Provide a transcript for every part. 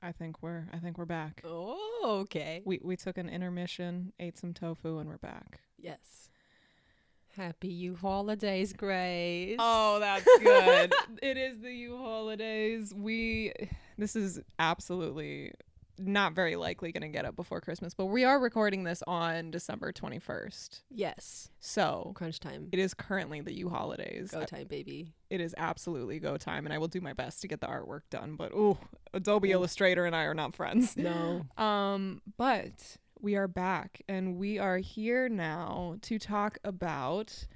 I think we're I think we're back. Oh, okay. We we took an intermission, ate some tofu, and we're back. Yes. Happy you holidays, Grace. Oh, that's good. it is the you holidays. We this is absolutely not very likely going to get up before Christmas, but we are recording this on December 21st. Yes. So, Crunch time. it is currently the you holidays. Go time, baby. It is absolutely go time and I will do my best to get the artwork done, but ooh, Adobe Illustrator and I are not friends. No. Um, but we are back and we are here now to talk about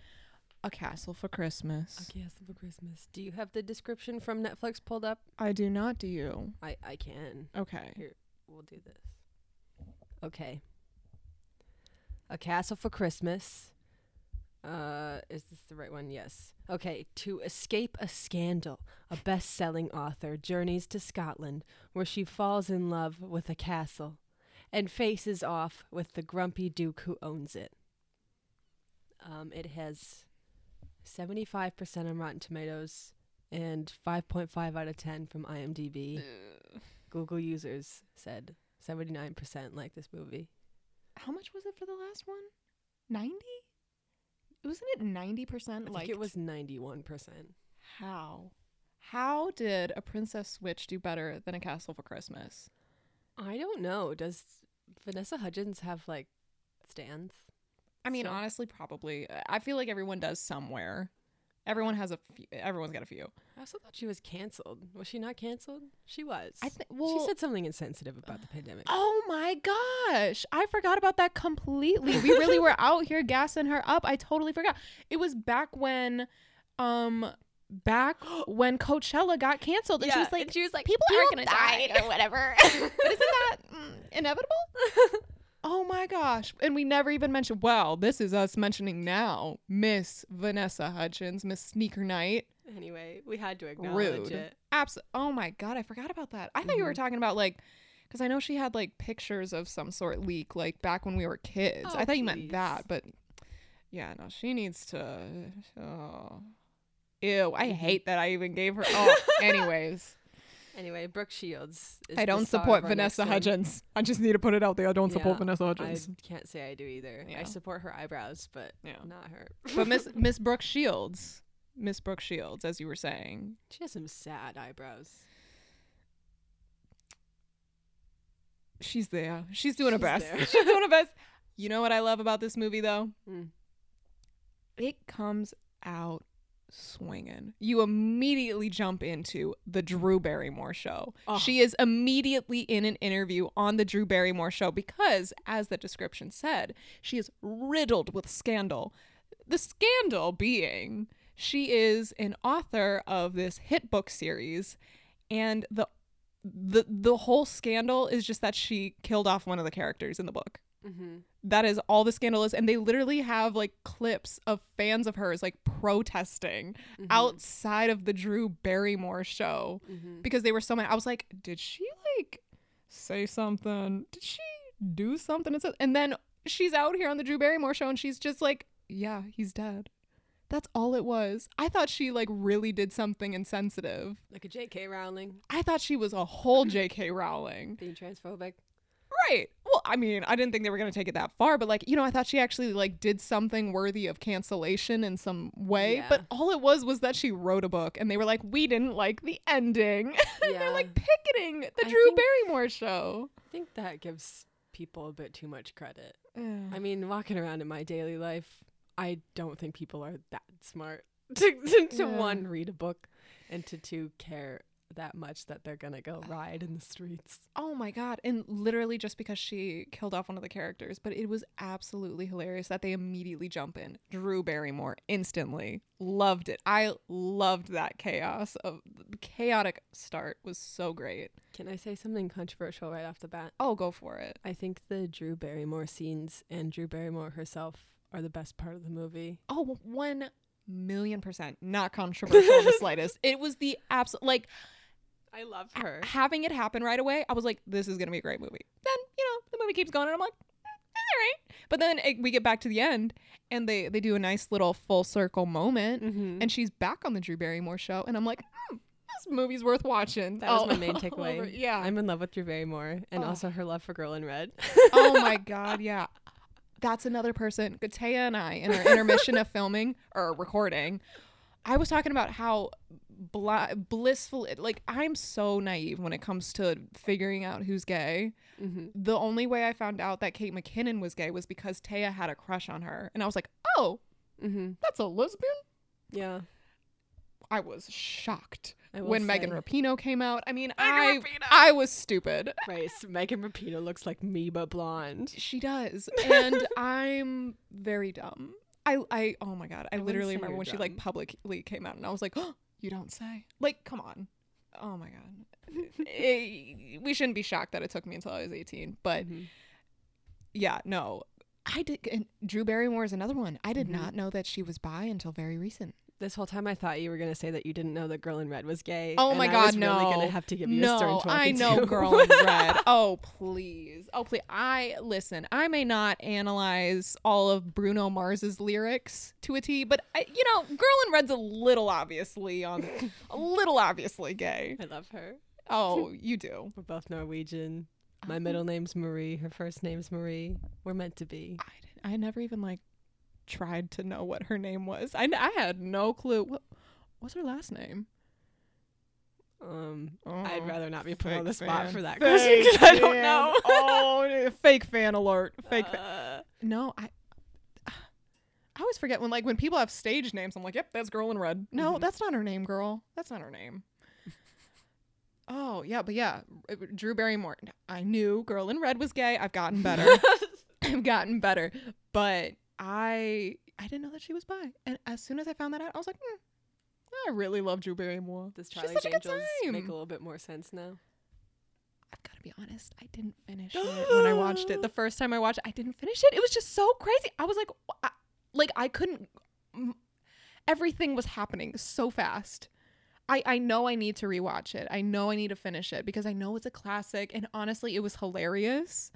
a castle for Christmas. Okay, yes, for Christmas. Do you have the description from Netflix pulled up? I do not do you. I I can. Okay. We'll do this. Okay. A castle for Christmas. Uh, is this the right one? Yes. Okay. To escape a scandal, a best selling author journeys to Scotland, where she falls in love with a castle and faces off with the grumpy duke who owns it. Um, it has 75% on Rotten Tomatoes and 5.5 out of 10 from IMDb. Google users said 79% like this movie. How much was it for the last one? 90? Wasn't it 90% like I think it was 91%. how? How did a Princess Switch do better than a Castle for Christmas? I don't know. Does Vanessa Hudgens have like stands? I mean, So- honestly, probably. I feel like everyone does somewhere. Everyone has a few, everyone's got a few. I also thought she was canceled. Was she not canceled? She was. I think well, she said something insensitive about the pandemic. Oh my gosh. I forgot about that completely. We really were out here gassing her up. I totally forgot. It was back when um back when Coachella got canceled and she was like she was like, people are "People going to die or whatever. but isn't that mm, inevitable? oh my gosh. And we never even mentioned well, this is us mentioning now Miss Vanessa Hudgens, Miss Sneaker Night. Anyway, we had to acknowledge Rude. it. Abs- oh my god, I forgot about that. I thought you were Mm-hmm. talking about like because I know she had like pictures of some sort leak like back when we were kids. Oh, I thought you meant please. that, but yeah, no, she needs to. Oh. Ew, Mm-hmm. I hate that I even gave her. Oh, anyways, Anyway, Brooke Shields. Is I the don't star of support our Vanessa next one. Hudgens. I just need to put it out there. I don't support Yeah, Vanessa I Hudgens. can't say I do either. Yeah. I support her eyebrows, but Yeah, not her. but Miss Miss Brooke Shields, Miss Brooke Shields, as you were saying, She has some sad eyebrows. she's there. She's doing her She's best. there. She's doing her best. You know what I love about this movie though? Mm. It comes out swinging. You immediately jump into the Drew Barrymore show. Oh. She is immediately in an interview on the Drew Barrymore show because, as the description said, she is riddled with scandal. The scandal being she is an author of this hit book series and the the the whole scandal is just that she killed off one of the characters in the book. Mm-hmm. That is all the scandal is and they literally have like clips of fans of hers like protesting Mm-hmm. outside of the Drew Barrymore show Mm-hmm. because they were so mad. I was like, did she like say something? Did she do something? It's a- And then she's out here on the Drew Barrymore show and she's just like, yeah, he's dead. That's all it was. I thought she like really did something insensitive. Like a J.K. Rowling I thought she was a whole J.K. Rowling. being transphobic. Right. Well, I mean, I didn't think they were going to take it that far, but like, you know, I thought she actually like did something worthy of cancellation in some way, Yeah. but all it was was that she wrote a book and they were like, "We didn't like the ending." and Yeah. they're like picketing the I Drew think- Barrymore show. I think that gives people a bit too much credit. I I mean, walking around in my daily life, I don't think people are that smart to, to, to Yeah. one, read a book, and to two, care that much that they're going to go ride in the streets. oh my god, and literally just because she killed off one of the characters, but it was absolutely hilarious that they immediately jump in. Drew Barrymore instantly loved it. I loved that chaos of the chaotic start was so great. Can I say something controversial right off the bat? Oh, go for it. I think the Drew Barrymore scenes and Drew Barrymore herself are the best part of the movie. Oh, one million percent. Not controversial in the slightest. It was the absolute, like, I love her. having it happen right away, I was like, this is going to be a great movie. Then, you know, the movie keeps going, and I'm like, "Eh, it's all right. But then it, we get back to the end, and they, they do a nice little full circle moment, Mm-hmm. and she's back on the Drew Barrymore show, and I'm like, hmm, this movie's worth watching. That was all- my main all takeaway. over- Yeah. I'm in love with Drew Barrymore and Oh. also her love for Girl in Red. oh my god, yeah. That's another person. Gatea and I, in our intermission of filming or recording, I was talking about how bli- blissful. It, like I'm so naive when it comes to figuring out who's gay. mm-hmm. The only way I found out that Kate McKinnon was gay was because Taya had a crush on her, and I was like, "Oh, Mm-hmm. that's a lesbian." Yeah. I was shocked I will when Megan say. Rapinoe came out. I mean, Megan I Rapinoe! I was stupid. Right. so Megan Rapinoe looks like me but blonde. She does. And I'm very dumb. I, I oh my god, I, wouldn't literally say remember you're when she like dumb. publicly came out and I was like, oh, you don't say. Like, come on. Oh my god. Eh, we shouldn't be shocked that it took me until I was 18, but Mhm. yeah, no. I did and Drew Barrymore is another one. I did Mhm. not know that she was bi until very recent. This whole time I thought you were gonna say that you didn't know that Girl in Red was gay. Oh and my I God, was Really no. gonna have to give you a stern No, talking I know to. girl in red. Oh, please. Oh, please. I listen, I may not analyze all of Bruno Mars's lyrics to a T, but I, you know, girl in red's a little obviously on a little obviously gay. I love her. Oh, you do. We're both Norwegian. Uh-huh. My middle name's Marie. Her first name's Marie. We're meant to be. I didn't, I never even like tried to know what her name was. I, I had no clue. What what's her last name? Um, Oh. I'd rather not be put on Fake the spot fan. for that question Fake 'cause I don't fan. know. oh, fake fan alert. Fake fan. Uh, No, I I always forget when like when people have stage names, I'm like, yep, that's girl in red. Mm-hmm. No, Mhm. that's not her name, girl. That's not her name. oh, yeah, but yeah, r- Drew Barrymore. I knew girl in red was gay. I've Uh, gotten better. I've gotten better. But I I didn't know that she was bi. And as soon as I found that out, I was like, hmm, I really love Drew Barrymore. Does She's Charlie's such a good Angels make time. a little bit more sense now? I've got to be honest, I didn't finish it when I watched it. The first time I watched it, I didn't finish it. It was just so crazy. I was like, wh- I, like I couldn't. m- Everything was happening so fast. I, I know I need to rewatch it. I know I need to finish it because I know it's a classic. And honestly, it was hilarious.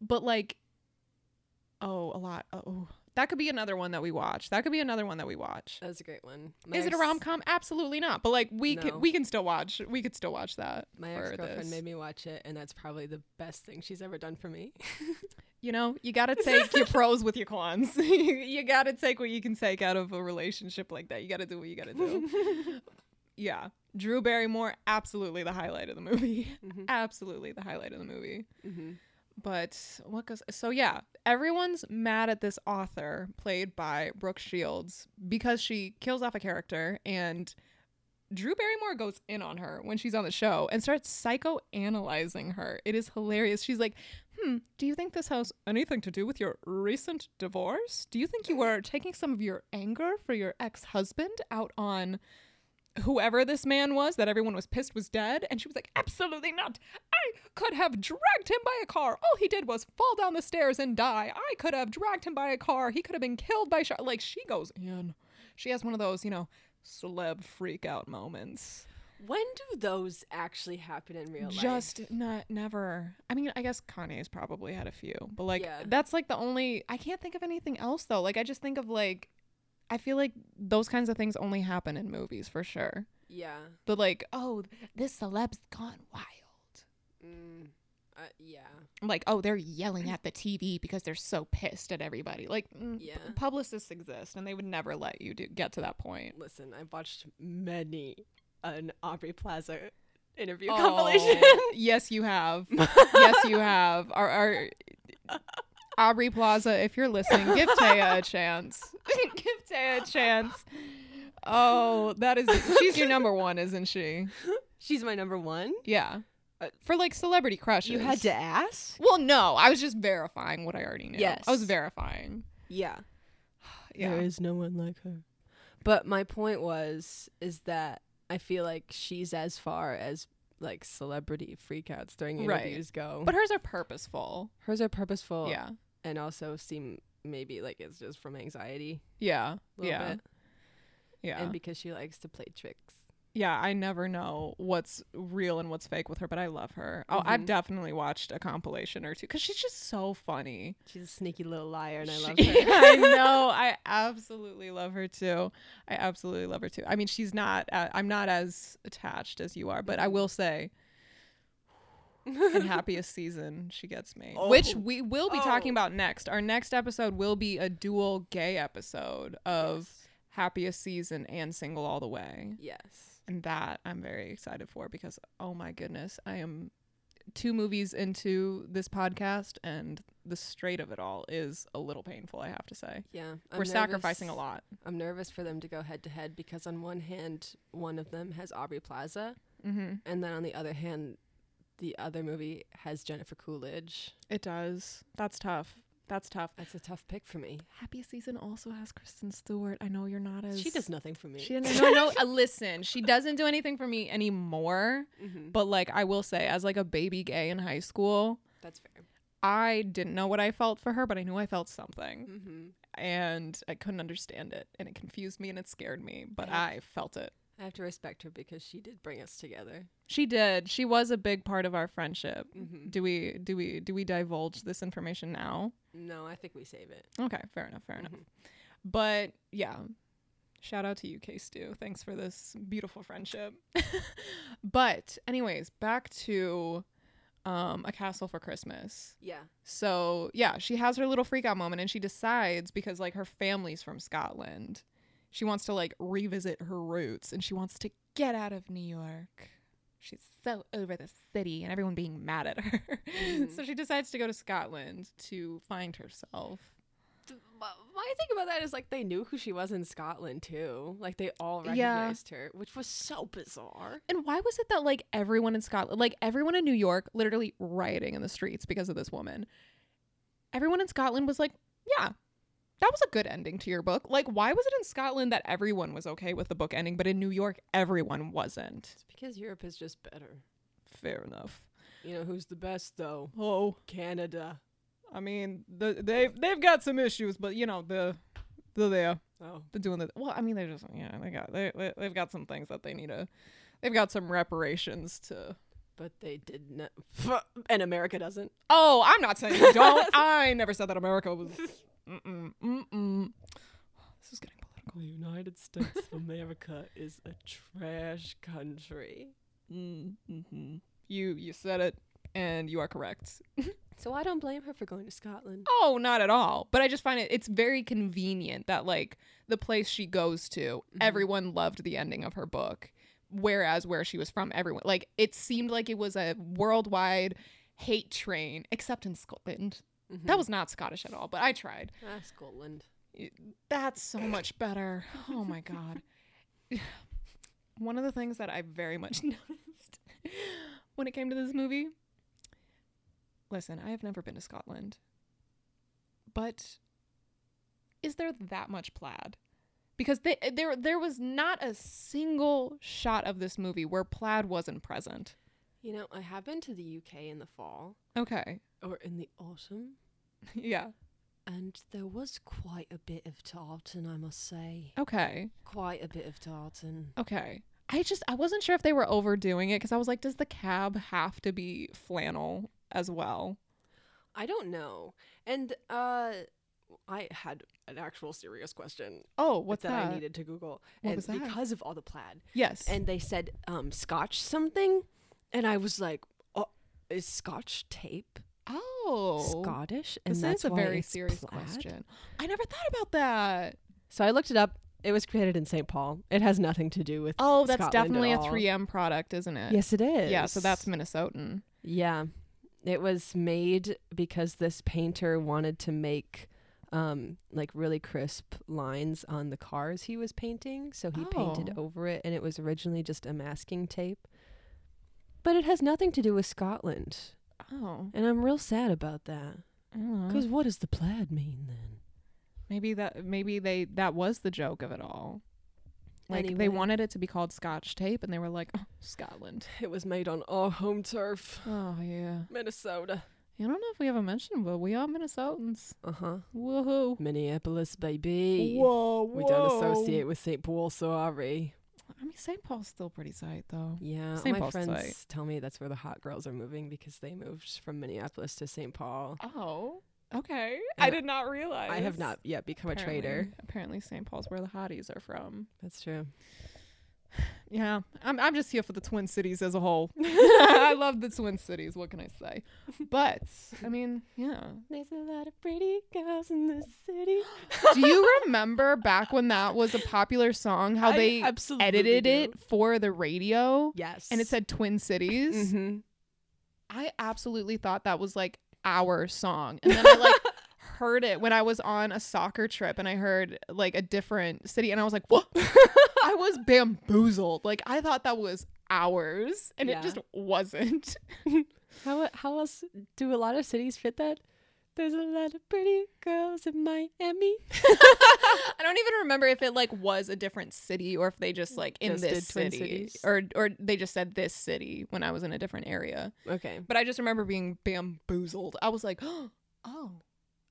But like, oh, a lot. Oh, that could be another one that we watch. That could be another one that we watch. That was a great one. Is it a ex- rom com? Absolutely not. But like, we No. can we can still watch. We could still watch that. My for ex girlfriend this. made me watch it, and that's probably the best thing she's ever done for me. you know, you gotta take your pros with your cons. you, you gotta take what you can take out of a relationship like that. You gotta do what you gotta do. mm-hmm. yeah. Drew Barrymore, absolutely the highlight of the movie. Mhm. Absolutely the highlight of the movie. Mhm. But what goes so yeah, everyone's mad at this author played by Brooke Shields because she kills off a character and Drew Barrymore goes in on her when she's on the show and starts psychoanalyzing her. It is hilarious. She's like, Hmm, do you think this has anything to do with your recent divorce? Do you think you were taking some of your anger for your ex husband out on whoever this man was that everyone was pissed was dead? And she was like, Absolutely not. I could have dragged him by a car. All he did was fall down the stairs and die. I could have dragged him by a car. He could have been killed by shot. Like, she goes in. She has one of those, you know, celeb freak out moments. When do those actually happen in real life? Just not never. I mean, I guess Kanye's probably had a few, but like Yeah. that's like the only I can't think of anything else though. Like I just think of like I feel like those kinds of things only happen in movies for sure. Yeah. The like, oh, this celeb's gone wild. Mm. Uh, yeah. Like, oh, they're yelling at the TV because they're so pissed at everybody. Like, mm, p- Yeah. publicists exist and they would never let you do, get to that point. Listen, I've watched many an Aubrey Plaza interview Oh, compilation. yes, you have. yes, you have. Our, our Aubrey Plaza, if you're listening, give Taya a chance. give Taya a chance. Oh, that is. She's your number one, isn't she? She's my number one. Yeah. Uh, For like celebrity crushes. You had to ask. Well, no, I was just verifying what I already knew. Yes. I was verifying. Yeah. Yeah. There is no one like her. But my point was is that I feel like she's as far as like celebrity freakouts during Right. interviews go. But hers are purposeful. hers are purposeful yeah. and also seem maybe like it's just from anxiety Yeah. a little Yeah. bit. Yeah. And because she likes to play tricks. yeah, I never know what's real and what's fake with her, but I love her. Oh, Mm-hmm. I've definitely watched a compilation or two because she's just so funny. She's a sneaky little liar, and I love She- her. I know. I absolutely love her too. I absolutely love her too. I mean, she's not. Uh, I'm not as attached as you are, but Mm-hmm. I will say, in happiest season, she gets me, which Oh. we will be talking about next. Our next episode will be a dual gay episode of happiest season and single all the way, Yes. and that I'm very excited for because oh my goodness, I am two movies into this podcast and the straight of it all is a little painful i have to say Yeah. I'm we're sacrificing a nervous- lot. I'm nervous for them to go head to head because on one hand, one of them has Aubrey Plaza, Mm-hmm. and then on the other hand, the other movie has Jennifer Coolidge. It does. That's tough. That's tough. That's a tough pick for me. Happy season also has Kristen Stewart. I know you're not as She does nothing for me. She doesn't, no no. uh, listen, she doesn't do anything for me anymore. Mhm. But like I will say, as like a baby gay in high school, That's fair. I didn't know what I felt for her, but I knew I felt something, hmm and I couldn't understand it, and it confused me and it scared me. But Yeah. I felt it. I have to respect her because she did bring us together. She did. She was a big part of our friendship. Mhm. Do we do we do we divulge this information now? No, I think we save it. Okay, fair enough, fair enough. But yeah, shout out to you, K Stu. Thanks for this beautiful friendship. but anyways, back to um, a castle for Christmas. Yeah. So yeah, she has her little freak out moment, and she decides because like her family's from Scotland, she wants to like revisit her roots, and she wants to get out of New York. She's so over the city and everyone being mad at her. so she decides to go to Scotland to find herself. Th- my my thing about that is like they knew who she was in Scotland too. Like they all Yeah. recognized her, which was so bizarre. And why was it that like everyone in Scotland, like everyone in New York, literally rioting in the streets because of this woman? Everyone in Scotland was like, yeah, that was a good ending to your book. Like, why was it in Scotland that everyone was okay with the book ending, but in New York, everyone wasn't? It's because Europe is just better. Fair enough. You know who's the best though? Oh, Canada. I mean, the, they they've got some issues, but you know the the there. Oh, they're doing the well i mean they're just yeah they got they, they they've got some things that they need to they've got some reparations to but they did not. And America doesn't. Oh, I'm not saying you don't. I never said that America was. Mm-mm, mm-mm. This is getting political. The United States of America is a trash country. Mm-hmm. You you said it, and you are correct. So I don't blame her for going to Scotland. Oh, not at all. But I just find it it's very convenient that like the place she goes to, everyone loved the ending of her book, whereas where she was from, everyone like it seemed like it was a worldwide hate train, except in Scotland. Mm-hmm. That was not Scottish at all, but I tried. Ah, Scotland. That's so much better. Oh my God. One of the things that I very much noticed when it came to this movie listen, I have never been to Scotland, but is there that much plaid? Because they, there, there was not a single shot of this movie where plaid wasn't present. You know, I have been to the UK in the fall Okay. or in the autumn, Yeah. and there was quite a bit of tartan, I must Oh. say. Okay. Quite a bit of tartan. Okay. I just I wasn't sure if they were overdoing it because I was like, does the cab have to be flannel as well? I don't know. And uh I had an actual serious question Oh, what's that, that? I needed to Google. What and was that? because of all the plaid. Yes. And they said um scotch something and I was like, "Oh, is scotch tape oh, Scottish?" And this that's is a why very it's serious plaid? question. I never thought about that. So I looked it up. It was created in St. Paul. It has nothing to do with Oh, that's Scotland at definitely a all. 3M product, isn't it? Yes, it is. Yeah. So that's Minnesotan. Yeah. It was made because this painter wanted to make um like really crisp lines on the cars he was painting, so he painted Oh. over it and it was originally just a masking tape. But it has nothing to do with Scotland, Oh, and I'm real sad about that. I don't know. Cuz what does the plaid mean then? maybe that maybe they that was the joke of it all. Like Anyway. they wanted it to be called Scotch tape, and they were like, oh, Scotland. It was made on our home turf, Oh yeah. Minnesota. I don't know if we ever mentioned, but we are Minnesotans. Uh-huh. Woohoo. Minneapolis, baby. Whoa, We don't associate with St. Paul, sorry. I mean, St. Paul's still pretty tight though. Yeah, St. my Paul's friends tight. tell me that's where the hot girls are moving because they moved from Minneapolis to St. Paul. Oh, okay. Yeah. I did not realize. I have not yet become a trader. Apparently, St. Paul's where the hotties are from. That's true. Yeah, I'm. I'm just here for the Twin Cities as a whole. I love the Twin Cities. What can I say? But I mean, yeah. There's a lot of pretty girls in the city. Do you remember back when that was a popular song? How I they absolutely edited do. it for the radio, Yes. and it said Twin Cities. hmm I absolutely thought that was like our song. And then I like heard it when I was on a soccer trip and I heard like a different city and I was like, what? I was bamboozled. Like I thought that was ours and Yeah. it just wasn't. How how else do a lot of cities fit that? There's a lot of pretty girls in Miami. I don't even remember if it like was a different city or if they just like in Just this did Twin city Cities. or or they just said this city when I was in a different area. Okay. But I just remember being bamboozled. I was like, oh,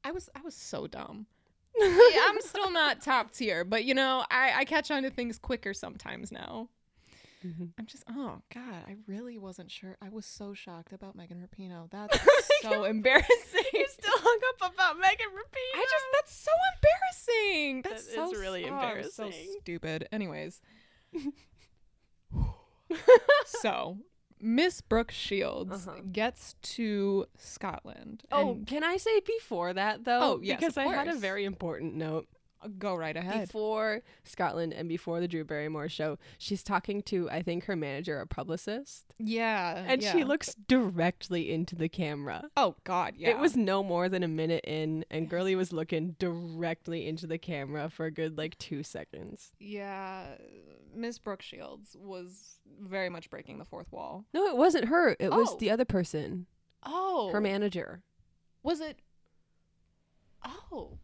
I was I was so dumb. Yeah, I'm still not top tier, but you know, I, I catch on to things quicker sometimes now. Mhm. I'm just oh god, I really wasn't sure. I was so shocked about Megan Rapinoe. That's so embarrassing. You still hung up about Megan Rapinoe. I just that's so embarrassing. That's That so is really oh, I'm so embarrassing. stupid. Anyways. so Miss Brooke Shields Uh-huh. gets to Scotland. Oh, and- can I say before that though? Oh, yes, because of I had a course. very important note go right ahead. before Scotland and before the Drew Barrymore show. She's talking to I think her manager or publicist, yeah. and she yeah. looks directly into the camera. Oh God, yeah. It was no more than a minute in, and Girly was looking directly into the camera for a good like two seconds. Yeah, Miss Brooke Shields was very much breaking the fourth wall. No, it wasn't her. It was Oh. the other person, Oh, her manager, was it? Oh,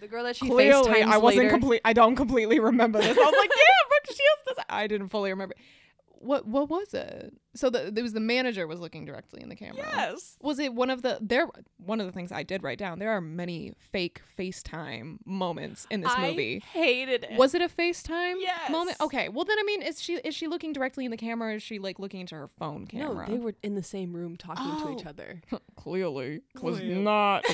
the girl that she clearly FaceTimes I wasn't later. complete. I don't completely remember this. I was like, yeah, Brooke Shields. Does I didn't fully remember. What what was it? So the it was the manager was looking directly in the camera. Yes. Was it one of the there? One of the things I did write down. There are many fake FaceTime moments in this I movie. hated it. Was it a FaceTime moment? Yes. Okay. Well, then I mean, is she is she looking directly in the camera? Or is she like looking into her phone camera? No, they were in the same room talking to each Oh. other. clearly was Clearly. not.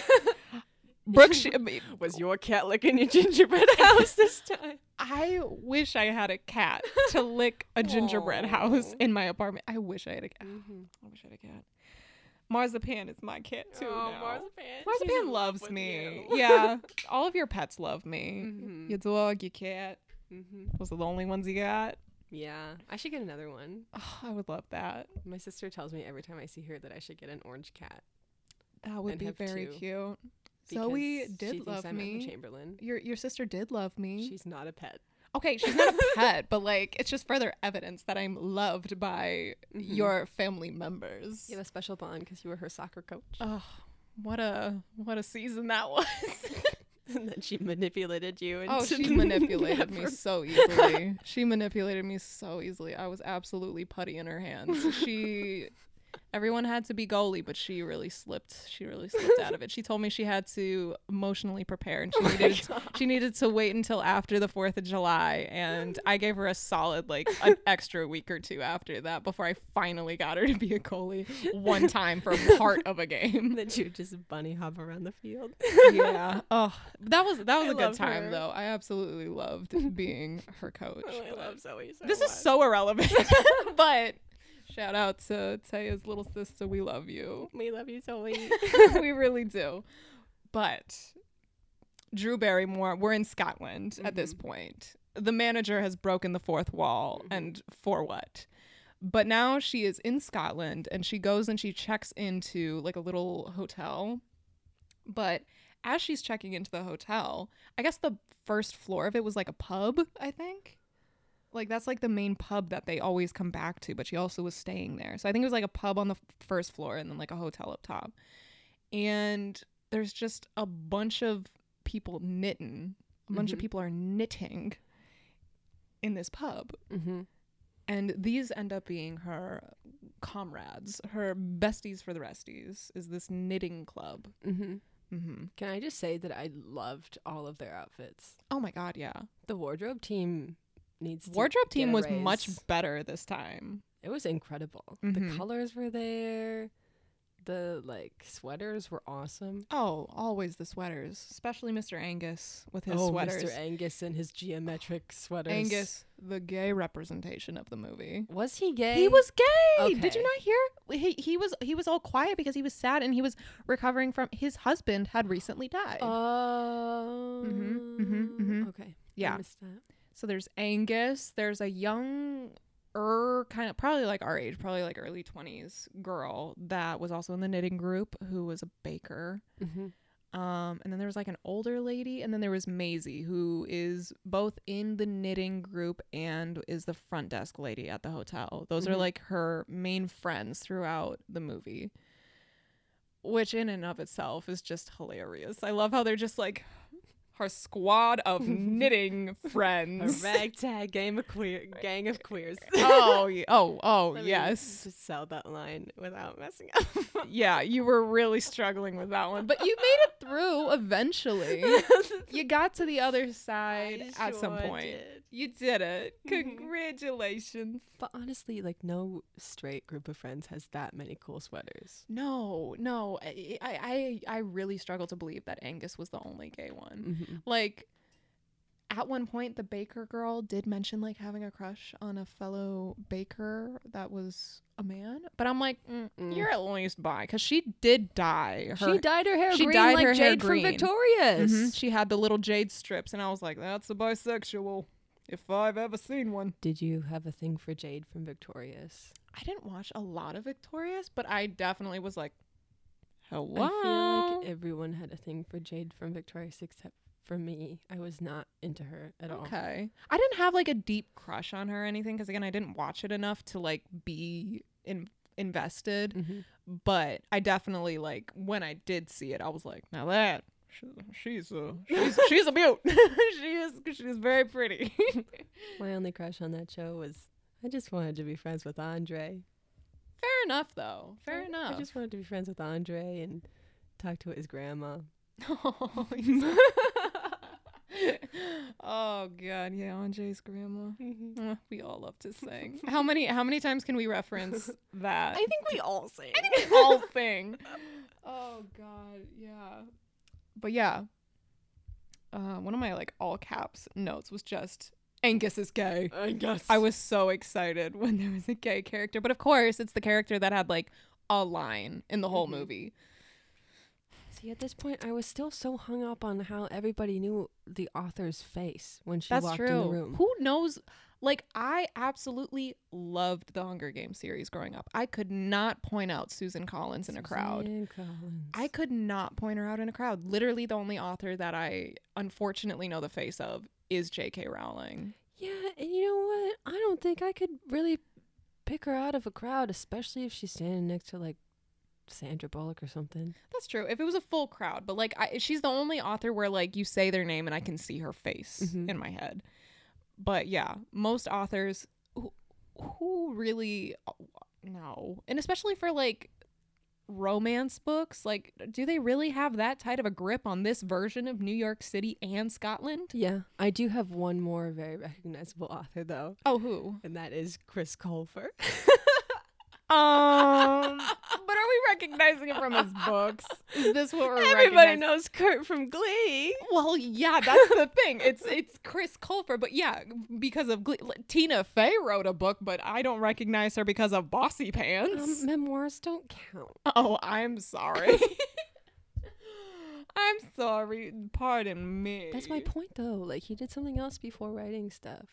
Brooke, Shi- I, mean, Was your cat licking your gingerbread house this time? I wish I had a cat to lick a gingerbread house Aw. in my apartment. I wish I had a cat. Mm-hmm. I wish I had a cat. Marzipan is my cat too. now. Oh, Marzipan. Marzipan loves me. yeah, all of your pets love me. Mhm. Your dog, your cat. Mm-hmm. Those are the only ones you got. Yeah. I should get another one. Oh, I would love that. My sister tells me every time I see her that I should get an orange cat. That would and be have very two, cute. because Zoe she did thinks love I'm Emma me. Mm-hmm. Chamberlain. Your your sister did love me. She's not a pet. okay, she's not a pet, but like it's just further evidence that I'm loved by Mhm. your family members. You have a special bond because you were her soccer coach. Oh, what a what a season that was. and then she manipulated you. Into oh, she manipulated me so easily. She manipulated me so easily. I was absolutely putty in her hands. She everyone had to be goalie, but she really slipped. She really slipped out of it. She told me she had to emotionally prepare and she needed she needed to wait until after the 4th of July and I gave her a solid like an extra week or two after that before I finally got her to be a goalie one time for part of a game. And then she would just bunny hop around the field. yeah. Oh, that was that was I a good love time her. though. I absolutely loved being her coach. Oh, I but- love Zoe so this much. is so irrelevant, but shout out to Taya's little sister. We love you. We love you, Zoe. we really do. But Drew Barrymore, we're in Scotland at this Mm-hmm. point. The manager has broken the fourth wall, and for what? But now she is in Scotland and she goes and she checks into like a little hotel. But as she's checking into the hotel, I guess the first floor of it was like a pub, I think. Like that's like the main pub that they always come back to, but she also was staying there. So I think it was like a pub on the f- first floor and then like a hotel up top. And there's just a bunch of people knitting. A bunch of Mhm. people are knitting in this pub. mm-hmm. And these end up being her comrades, her besties for the resties, is this knitting club. Mm-hmm. hmm Can I just say that I loved all of their outfits? Oh my God, yeah. The wardrobe team needs to Wardrobe team get a was much raise. better this time. It was incredible. Mhm. The colors were there. The like sweaters were awesome. Oh, always the sweaters, especially Mr. Angus with his oh, sweaters. Mr. Angus and his geometric sweaters. Angus, the gay representation of the movie. was he gay? He was gay. Did Okay. you not hear? He he was he was all quiet because he was sad and he was recovering from his husband had recently died. Oh. mhm, mhm. Okay. I yeah. missed that. So there's Angus. There's a young, er, kind of probably like our age, probably like early twenties girl that was also in the knitting group who was a baker. Mhm. Um, and then there was like an older lady, and then there was Maisie, who is both in the knitting group and is the front desk lady at the hotel. Those are Mhm. like her main friends throughout the movie, which in and of itself is just hilarious. I love how they're just like her squad of knitting A friends. ragtag game of queer gang of queers. oh, y- oh, oh, Let me yes. Just sell that line without messing up. Yeah, you were really struggling with that one, but you made it through eventually. You got to the other side I at some sure point. did. You did it. Mhm. Congratulations. But honestly, like no straight group of friends has that many cool sweaters. No, no. I, I, I I really struggle to believe that Angus was the only gay Mm. one. Like, at one point, the baker girl did mention like having a crush on a fellow baker that was a man, but I'm like, mm, Mm. you're at least bi because she did dye. Mm-hmm. Her, She dyed her hair she green dyed like her Jade hair from green. Victorious. Mhm, She had the little jade strips, and I was like, that's a bisexual, if I've ever seen one. Did you have a thing for Jade from Victorious? I didn't watch a lot of Victorious, but I definitely was like, hello. I feel like everyone had a thing for Jade from Victorious except for me. I was not into her Oh. at all. okay. I didn't have like a deep crush on her or anything because again, I didn't watch it enough to like be in- invested. Mhm. But I definitely like when I did see it, I was like, now that she, she's a she's she's a beaut. she is she's very pretty. My only crush on that show was I just wanted to be friends with Andre. Fair enough, though. Fair I- enough. I just wanted to be friends with Andre and talk to his grandma. Oh, he's- oh god, yeah, Andre's grandma. Uh, We all love to sing. How many how many times can we reference that? think we all say. I The whole thing. Oh god, yeah. But yeah. Uh, one of my like all caps notes was just Angus is gay. I guess I was so excited when there was a gay character, but of course it's the character that had like a line in the whole Mhm. movie. See, at this point, I was still so hung up on how everybody knew the author's face when she That's walked true. in the room. Who knows? Like I absolutely loved the Hunger Games series growing up. I could not point out Susan Collins in a crowd. Suzanne Collins. I could not point her out in a crowd. Literally, the only author that I unfortunately know the face of is J.K. Rowling. yeah, and you know what? I don't think I could really pick her out of a crowd, especially if she's standing next to like Sandra Bullock or something. That's true. If it was a full crowd, but like I, she's the only author where like you say their name and I can see her face Mhm. in my head. But yeah, most authors who, who really uh, no, and especially for like romance books, like do they really have that tight of a grip on this version of New York City and Scotland? Yeah, I do have one more very recognizable author though, Oh, who? and that is Chris Colfer. Um, but are we recognizing it from his books? Is this what we're Everybody recognizing? knows Kurt from Glee. Well, yeah, that's the thing. It's it's Chris Colfer, but yeah, because of Glee. L- Tina Fey wrote a book, but I don't recognize her because of Bossy Pants. Um, memoirs don't count. oh, I'm sorry. I'm sorry. Pardon me. That's my point though. Like he did something else before writing stuff.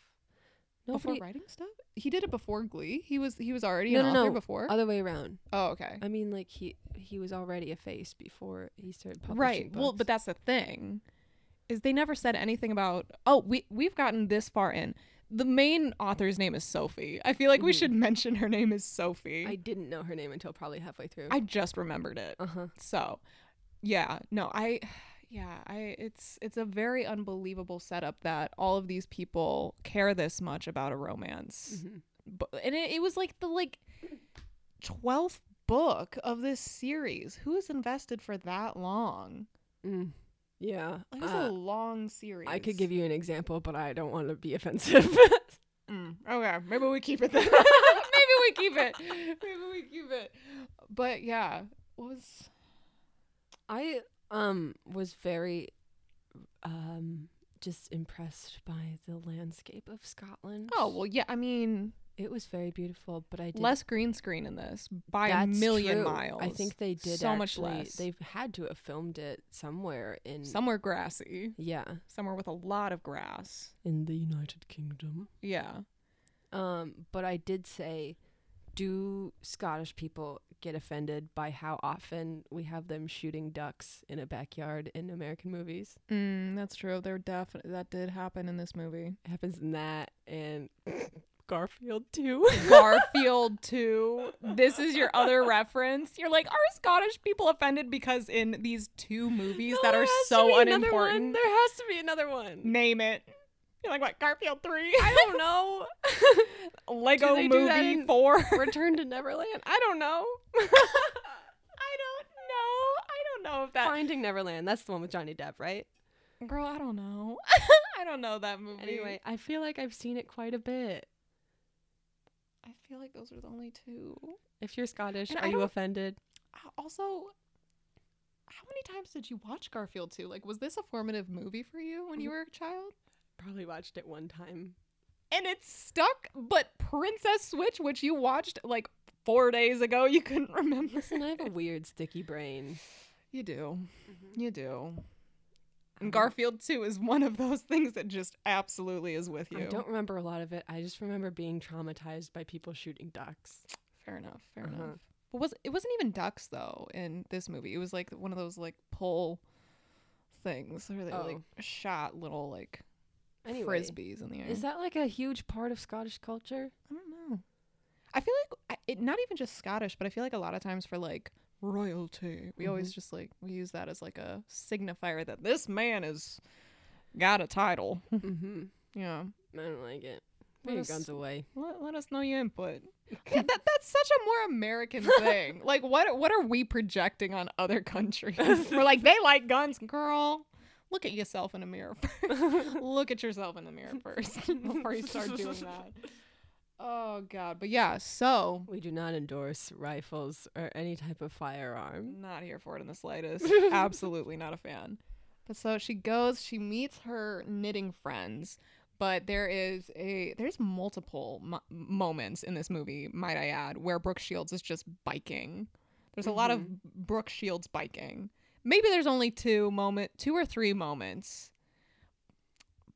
before Nobody writing stuff. He did it before Glee. He was he was already No, an no, author no. before. other way around. oh, okay. I mean, like he he was already a face before he started publishing. right well but books. that's the thing is they never said anything about oh we we've gotten this far in the main author's name is sophie i feel like we Mhm. should mention her name is sophie I I, didn't know her name until probably halfway through. just remembered it uh huh. so yeah no i yeah i it's it's a very unbelievable setup that all of these people care this much about a Mm-hmm. romance bu- and it, it was like the like 12th book of this series who is invested for that long Mm. Yeah. Like, this is uh, a long series. I could give you an example, but I don't want to be offensive. Mm, okay, maybe we keep it then. maybe we keep it. Maybe we keep it. But yeah, what was I um was very um just impressed by the landscape of Scotland. oh well yeah I mean it was very beautiful, but I did less green screen in this by a That's million true. miles. I think they did So much actually- less. They've had to have filmed it somewhere in somewhere grassy, yeah somewhere with a lot of grass. in the United Kingdom. Yeah. Um, but I did say, do Scottish people get offended by how often we have them shooting ducks in a backyard in American movies? Mm, that's true. There definitely that did happen in this movie. It happens in that and Garfield too. Garfield 2. This is your other reference. You're like, are Scottish people offended because in these two movies No, that there are has to be so another one. unimportant, There has to be another one. name it. You're like, what? Garfield 3? I don't know. Lego Do they do Movie that in- 4? Return to Neverland. I don't know. I don't know. I don't know if that. Finding Neverland. That's the one with Johnny Depp, right? Girl, I don't know. I don't know that movie. Anyway, I feel like I've seen it quite a bit. I feel like those are the only two. If you're Scottish, And are I you don't- offended? Uh, Also, how many times did you watch Garfield 2? Like, was this a formative movie for you when you were a child? Probably watched it one time. and it's stuck. But Princess Switch, which you watched like four days ago, you couldn't remember. Listen, I have a weird sticky brain. You do, you do. And Garfield too is one of those things that just absolutely is with you. I don't remember a lot of it. I just remember being traumatized by people shooting ducks. Fair enough. Fair Uh-huh. enough. But was it wasn't even ducks though in this movie. It was like one of those like pull things where they like Oh. shot little like Anyway, frisbees in the air. Is that like a huge part of Scottish culture? I don't know. I feel like I- it not even just Scottish, but I feel like a lot of times for like royalty, we Mm-hmm. always just like we use that as like a signifier that this man is got a title. mm-hmm. yeah. I don't like it. What Put your is- guns away. Let, let us know your input. Yeah, that, that's such a more American thing. like what what are we projecting on other countries? We're like they like guns, girl. Look at yourself in the mirror first. Look at yourself in the mirror first before you start doing that. Oh god. But yeah, so We do not endorse rifles or any type of firearm. Not here for it in the slightest. Absolutely not a fan. But so she goes, she meets her knitting friends, but there is a there's multiple mo- moments in this movie, might I add, where Brooke Shields is just biking. There's a lot of Brooke Shields biking. Maybe there's only two moment, two or three moments.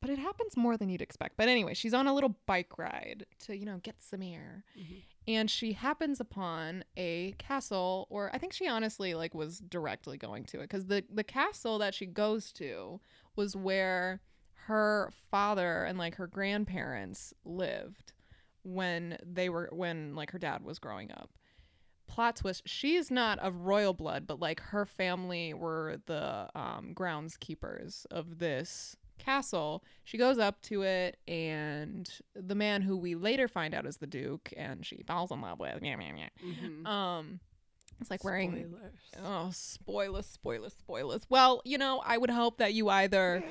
But it happens more than you'd expect. But anyway, she's on a little bike ride to, you know, get some air Mm-hmm. and she happens upon a castle or i think she honestly like was directly going to it because the the castle that she goes to was where her father and like her grandparents lived when they were when like her dad was growing up plot twist she's not of royal blood but like her family were the um, groundskeepers of this castle she goes up to it and the man who we later find out is the duke and she falls in love with meow, meow, meow. Mm-hmm. um it's like wearing Oh, spoilers, spoilers, spoilers. Well, you know, I would hope that you either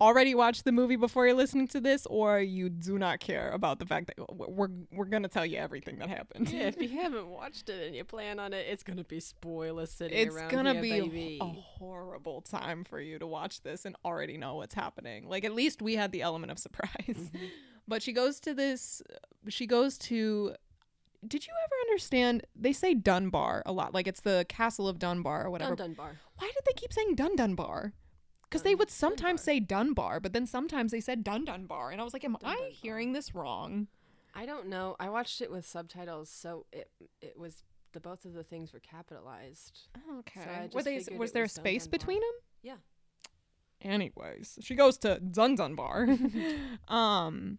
already watched the movie before you're listening to this or you do not care about the fact that w- we're we're going to tell you everything that happened. Yeah, if you haven't watched it and you plan on it, it's gonna be spoiler sitting it's around going to here, be a- baby. a horrible time for you to watch this and already know what's happening. Like at least we had the element of surprise. mm-hmm, But she goes to this she goes to did you ever understand they say Dunbar a lot like it's the castle of Dunbar or whatever Dun Dunbar. why did they keep saying Dun Dunbar? Because they Dun- would sometimes Dunbar. say Dunbar, but then sometimes they said Dun Dunbar, and I was like, "Am Dun I Dunbar. hearing this wrong?" I don't know. I watched it with subtitles, so it it was the both of the things were capitalized. Okay. I Were just they, figured was it there was a Dun space Dunbar. between them? Yeah. Anyways, she goes to Dun Dunbar. um,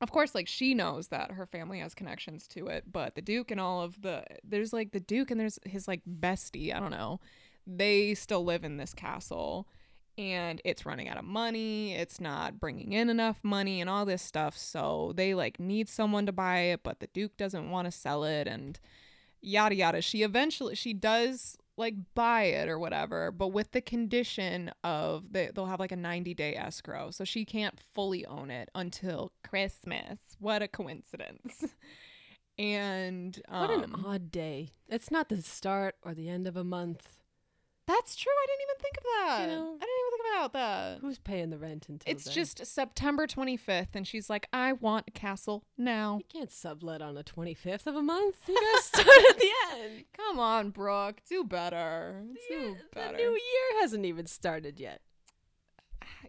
of course, like she knows that her family has connections to it, but the Duke and all of the there's like the Duke and there's his like bestie. I don't know. They still live in this castle. and it's running out of money it's not bringing in enough money and all this stuff so they like need someone to buy it but the duke doesn't want to sell it and yada yada she eventually she does like buy it or whatever, but with the condition of they, they'll have like a 90 day escrow. So she can't fully own it until Christmas. What a coincidence. And um, what an odd day. It's not the start or the end of a month. that's true. I didn't even think of that. You know. I didn't even think about that. Who's paying the rent until It's then? just September 25th, and she's like, I want a castle now. You can't sublet on the 25th of a month. You gotta start at the end. Come on, Brooke. Do better. The- Do the better. new year hasn't even started yet.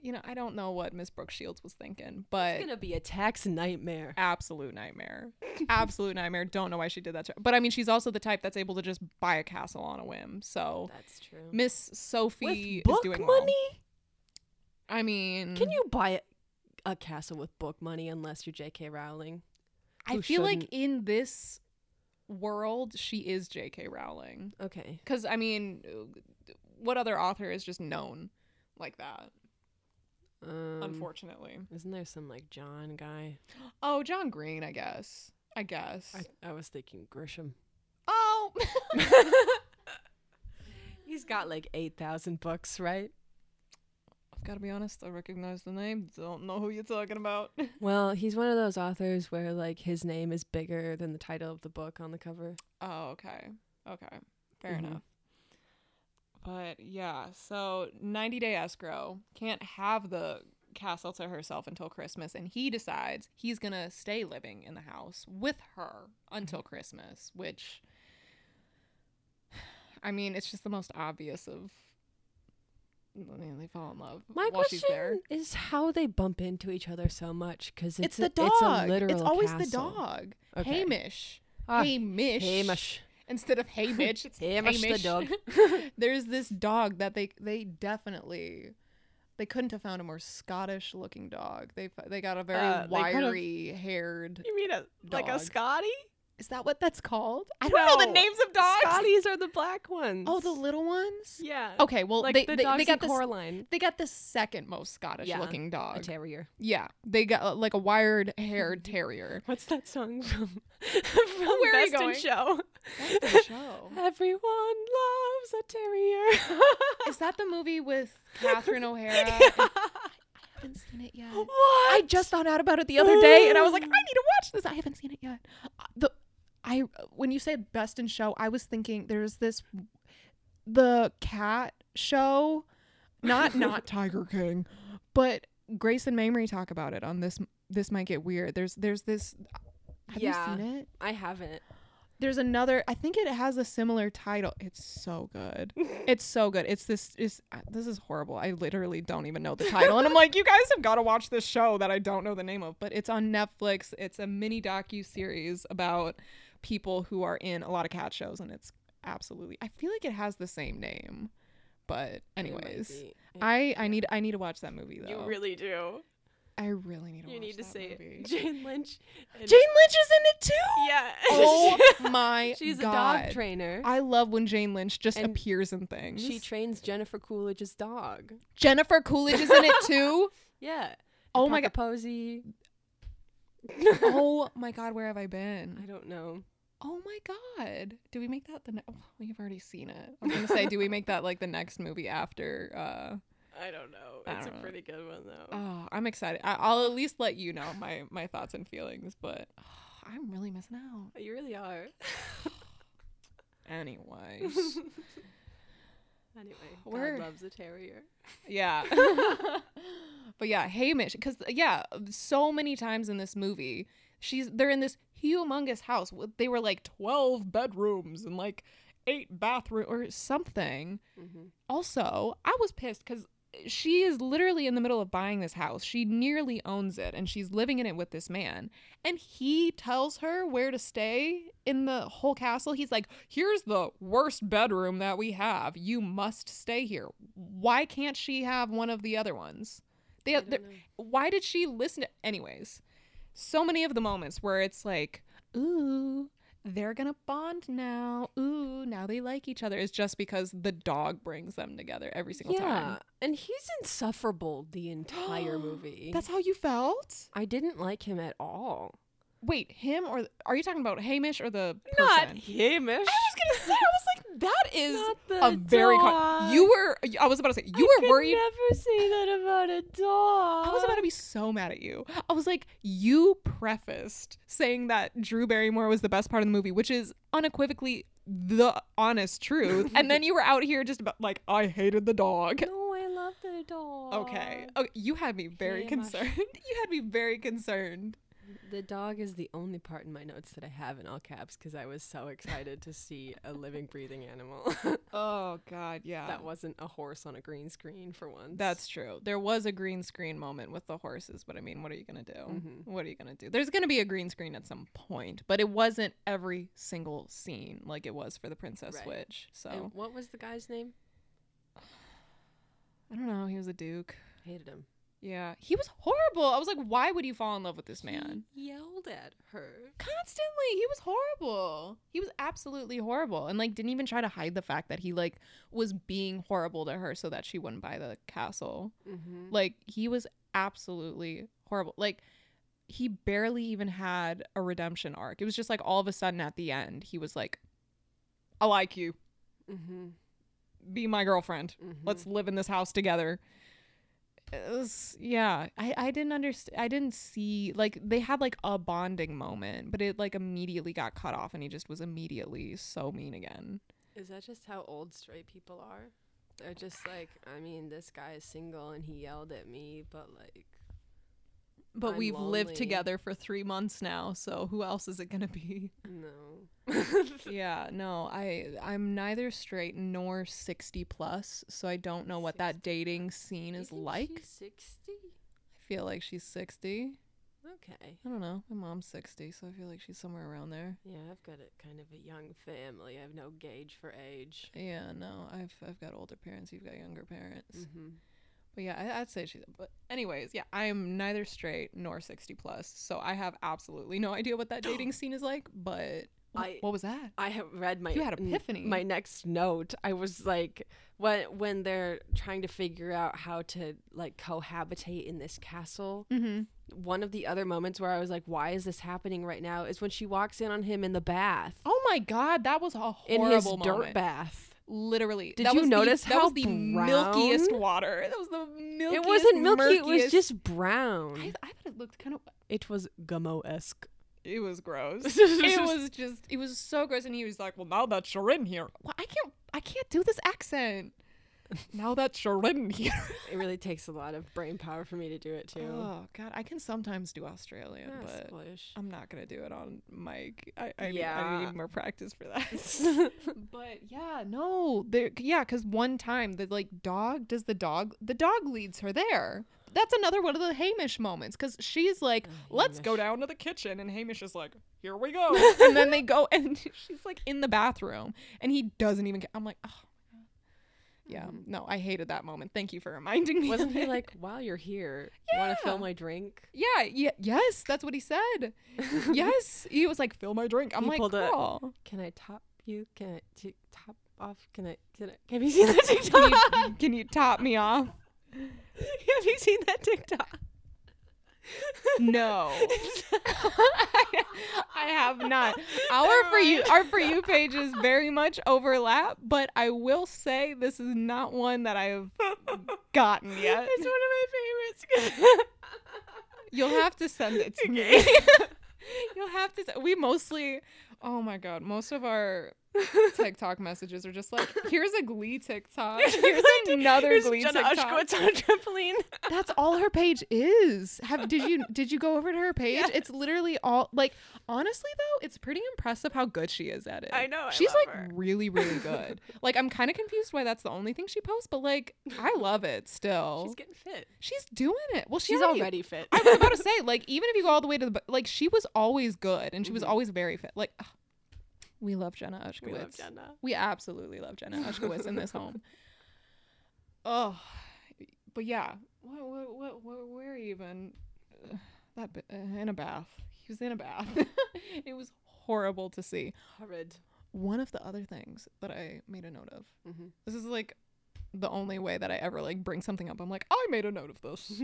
you know, I don't know what Miss Brooke Shields was thinking, but It's gonna be a tax nightmare. absolute nightmare. absolute nightmare. Don't know why she did that. To her. But I mean, she's also the type that's able to just buy a castle on a whim. So That's true. Miss Sophie With is book doing money? well. I mean, Can you buy a, a castle with book money unless you're J.K. Rowling? I who feel like shouldn't? in this world, she is J.K. Rowling. Okay. Because I mean, what other author is just known like that? Um, unfortunately. Isn't there some like John guy? Oh, John Green, I guess. I guess. I, I was thinking Grisham. oh, He's got like 8,000 books, right? I've got to be honest. I recognize the name. Don't know who you're talking about. Well, he's one of those authors where like his name is bigger than the title of the book on the cover. Oh, okay. Okay. Fair Mhm. enough. But yeah, so 90 day escrow can't have the castle to herself until Christmas. And he decides he's going to stay living in the house with her until Mm-hmm. Christmas, which, I mean, it's just the most obvious of. I mean, they fall in love My while question she's there. is how they bump into each other so much because It's, it's, the a, dog. It's a literal. It's always the castle. dog. Okay. Hamish. Ah, Hamish. Hamish. Instead of hey bitch, it's Hamish the Hamish. dog. There's this dog that they they definitely they couldn't have found a more Scottish looking dog. They f- they got a very Uh, they could have- wiry haired. You mean a, like a Dog. Scotty? Is that what that's called? I don't know the No. names of dogs. Scotties are the black ones. Oh, the little ones. yeah. Okay, well like Oh, they the they, dogs they in got the s- Coraline. they got the second most Scottish Yeah. looking dog. A terrier. yeah, they got uh, like a wired haired terrier. What's that song from? from Where are you Best in going? Show. That's the show. Everyone loves a terrier. Is that the movie with Catherine O'Hara? I haven't seen it yet. What? I just found out about it the other day, and I was like, I need to watch this. I haven't seen it yet. Uh, The I when you said best in show, I was thinking there's this the cat show, not not Tiger King, but Grace and Mamrie talk about it on this. This might get weird. There's there's this. Have Yeah. you seen it? I haven't. There's another. I think it has a similar title. It's so good. It's so good. It's this. Is this is horrible. I literally don't even know the title, and I'm like, you guys have got to watch this show that I don't know the name of, but it's on Netflix. It's a mini docu series about people who are in a lot of cat shows, and it's absolutely. I feel like it has the same name, but It might anyways, be. I I need I need to watch that movie though. You really do. I really need to. You watch need to that say movie. it. Jane Lynch. and- Jane Lynch is in it too. Yeah. Oh my She's god. a dog trainer. I love when Jane Lynch just And appears in things. she trains Jennifer Coolidge's dog. Jennifer Coolidge is in it too. Yeah. And Oh my Papa God. Posey. oh my god, where have I I been? don't know. Oh my god, do we make that the? Ne- oh, we've already seen it. I was gonna say, do we make that like the next movie after? Uh, I don't know. Um, I It's a don't know. pretty good one though. oh, I'm excited. I- I'll at least let you know my my thoughts and feelings, but oh, I'm really missing out. Oh, you really are. Anyways, Anyway, We're- God loves a terrier. yeah. But yeah, Hamish, because yeah, so many times in this movie, she's they're in this humongous house. with- They were like twelve bedrooms and like eight bathroom or something. Mhm. Also, I was pissed because she is literally in the middle of buying this house. She nearly owns it, and she's living in it with this man. And he tells her where to stay in the whole castle. He's like, "Here's the worst bedroom that we have. You must stay here." Why can't she have one of the other ones? They I have, don't they're- know. why did she listen to anyways so many of the moments where it's like ooh they're gonna bond now ooh now they like each other is just because the dog brings them together every single Yeah, time and he's insufferable the entire movie. that's how you felt I didn't like him at all. wait him or are you talking about hamish or the person? Hamish. i was gonna say i was like that is Not a the very con- dog. you were. I was about to say you I were could worried. Never say that about a dog. I was about to be so mad at you. I was like, you prefaced saying that Drew Barrymore was the best part of the movie, which is unequivocally the honest truth. and then you were out here just about like, I hated the dog. No, I love the dog. Okay. Okay. You had me very Okay, Marsha. concerned. you had me very concerned. The dog is the only part in my notes that I have in all caps because I was so excited to see a living, breathing animal. Oh God, yeah. that wasn't a horse on a green screen for once. That's true. There was a green screen moment with the horses, but I mean, what are you going to do? Mhm. What are you going to do? There's going to be a green screen at some point, but it wasn't every single scene like it was for the Princess Right. Witch. So, And what was the guy's name? I don't know, he was a duke. Hated him. Yeah, he was horrible. I was like, why would you fall in love with this man? He yelled at her. Constantly, he was horrible. He was absolutely horrible and like didn't even try to hide the fact that he like was being horrible to her so that she wouldn't buy the castle. Mm-hmm. Like he was absolutely horrible. Like he barely even had a redemption arc. It was just like all of a sudden at the end, he was like, I like you. Mm-hmm. Be my girlfriend. Mm-hmm. Let's live in this house together. It was, yeah, I, I didn't understand. I didn't see like they had like a bonding moment, but it like immediately got cut off, and he just was immediately so mean again. Is that just how old straight people are? They're just like, I mean, this guy is single and he yelled at me, but like, But I'm we've lived lonely. together for three months now, so who else is it gonna be? no. yeah no i i'm neither straight nor 60 plus so i don't know what that 60 dating scene is like sixty. i feel like she's 60 Okay. i don't know my mom's 60 so i feel like she's somewhere around there Yeah, I've got a kind of a young family. I have no gauge for age. yeah no i've i've got older parents you've got younger parents Mm-hmm. but yeah I, i'd say she's but anyways yeah i am neither straight nor 60 plus so i have absolutely no idea what that dating scene is like but wh- I- what was that I have read my You had n- epiphany. My next note, I was like, when when they're trying to figure out how to like cohabitate in this castle. mm-hmm One of the other moments where I was like, why is this happening right now? Is when she walks in on him in the bath, oh my god that was a in horrible his moment. dirt bath. Literally. Did That you was the- notice that how was the milkiest brown? water? That was the milkiest. it wasn't milky; it was murkiest- just brown. I, I thought it looked kind of. it was gummo esque. It was gross. it was just. It was so gross. And he was like, "Well, now that you're in here, well, I can't. I can't do this accent. Now that you're in here. It really takes a lot of brain power for me to do it too. oh God, I can sometimes do Australian, Ah, but splish. I'm not gonna do it on mic. I, I, need, I Yeah. need more practice for that. But yeah, no, there. Yeah, because one time the like dog does the dog. The dog leads her there. That's another one of the Hamish moments because she's like, Oh, "Let's go Hamish. down to the kitchen," and Hamish is like, "Here we go," and then they go and she's like in the bathroom, and he doesn't even. Ca- I'm like, oh. my God." Yeah, Mhm. no, I hated that moment. Thank you for reminding me. of Wasn't he it. like, "While you're here, want to fill Yeah. my drink?" Yeah, yeah, yes, that's what he said. yes, he was like, "Fill my drink." I'm He like, pulled a- "Girl, Can I top you? Can I t- top off? Can I? Can I? Have you seen that can TikTok? you, can you top me off?" have you seen that TikTok? No. I, I have not. Our Never for you mind. our for you pages very much overlap, but I will say this is not one that I have gotten yet. It's one of my favorites. You'll have to send it to me. You'll have to. s- We mostly, oh my god, most of our TikTok messages are just like, here's a Glee TikTok, here's another Here's Glee Jenna TikTok. Ushkowitz on a trampoline. That's all her page is. Have did you did you go over to her page? Yeah. It's literally all like honestly though, it's pretty impressive how good she is at it. I know, Oh, I She's love like her. really really good. like I'm kind of confused why that's the only thing she posts, but like I love it still. She's getting fit. She's, doing it. Well, she She's already, already fit. I was about to say like even if you go all the way to the bu- like she was always good and she was Mhm. always very fit. Like ugh, we love Jenna Ushkowitz. we love Jenna. We absolutely love Jenna Ushkowitz in this home. Oh, but yeah. What, what, what, what, where even? Ugh, That ba- uh, in a bath. He was in a bath. it was horrible to see. Horrid. One of the other things that I made a note of. Mhm. This is like the only way that I ever like bring something up. I'm like, I made a note of this.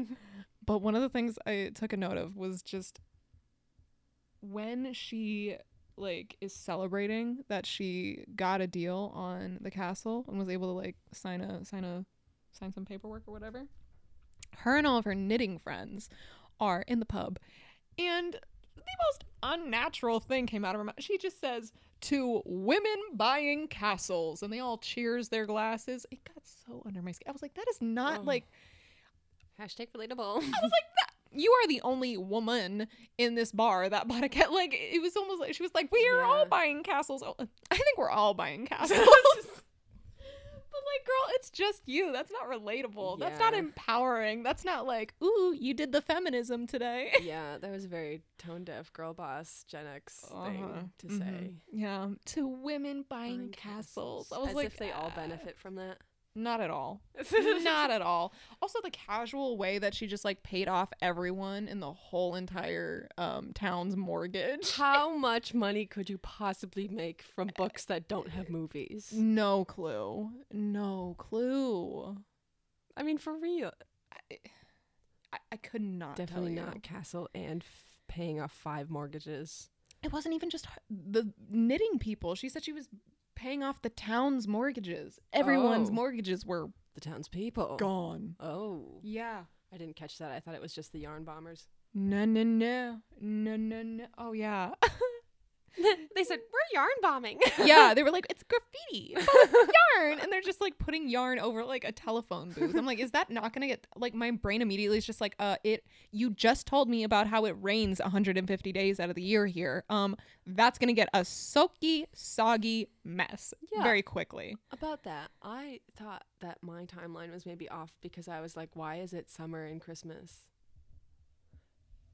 but one of the things I took a note of was just when she like is celebrating that she got a deal on the castle and was able to like sign a sign a sign some paperwork or whatever. Her and all of her knitting friends are in the pub and the most unnatural thing came out of her mouth. She just says, "To women buying castles," and they all cheers their glasses. It got so under my skin. I was like, "That is not Oh. like Hashtag relatable. you are the only woman in this bar that bought a cat." Like it was almost like she was like, "We are all Yeah. buying castles." Oh, I think we're all buying castles. but like, girl, it's just you. That's not relatable. That's not Yeah. empowering. That's not like, "Ooh, you did the feminism today." yeah, that was a very tone deaf girl boss Gen X Uh-huh. thing to Mhm. say. Yeah, to women buying Buying castles. I was As like, if they all "Ah, benefit from that. Not at all. not at all. Also, the casual way that she just like paid off everyone in the whole entire um, town's mortgage. How much money could you possibly make from books that don't have movies? No clue. No clue. I mean, for real. I, I could not tell Definitely you. not Castle and f- paying off five mortgages. It wasn't even just her- the knitting people. She said she was paying off the town's mortgages. Everyone's Oh. mortgages were The townspeople. gone. Oh. Yeah. I didn't catch that. I thought it was just the yarn bombers. No, no, no. No, no, no. Oh, yeah. they said, we're yarn bombing. yeah, they were like, it's graffiti, it's yarn, and they're just like putting yarn over like a telephone booth. I'm like, is that not gonna get like my brain immediately is just like, uh, it. You just told me about how it rains 150 days out of the year here. Um, that's gonna get a soaky, soggy mess Yeah. very quickly. About that, I thought that my timeline was maybe off because I was like, why is it summer and Christmas?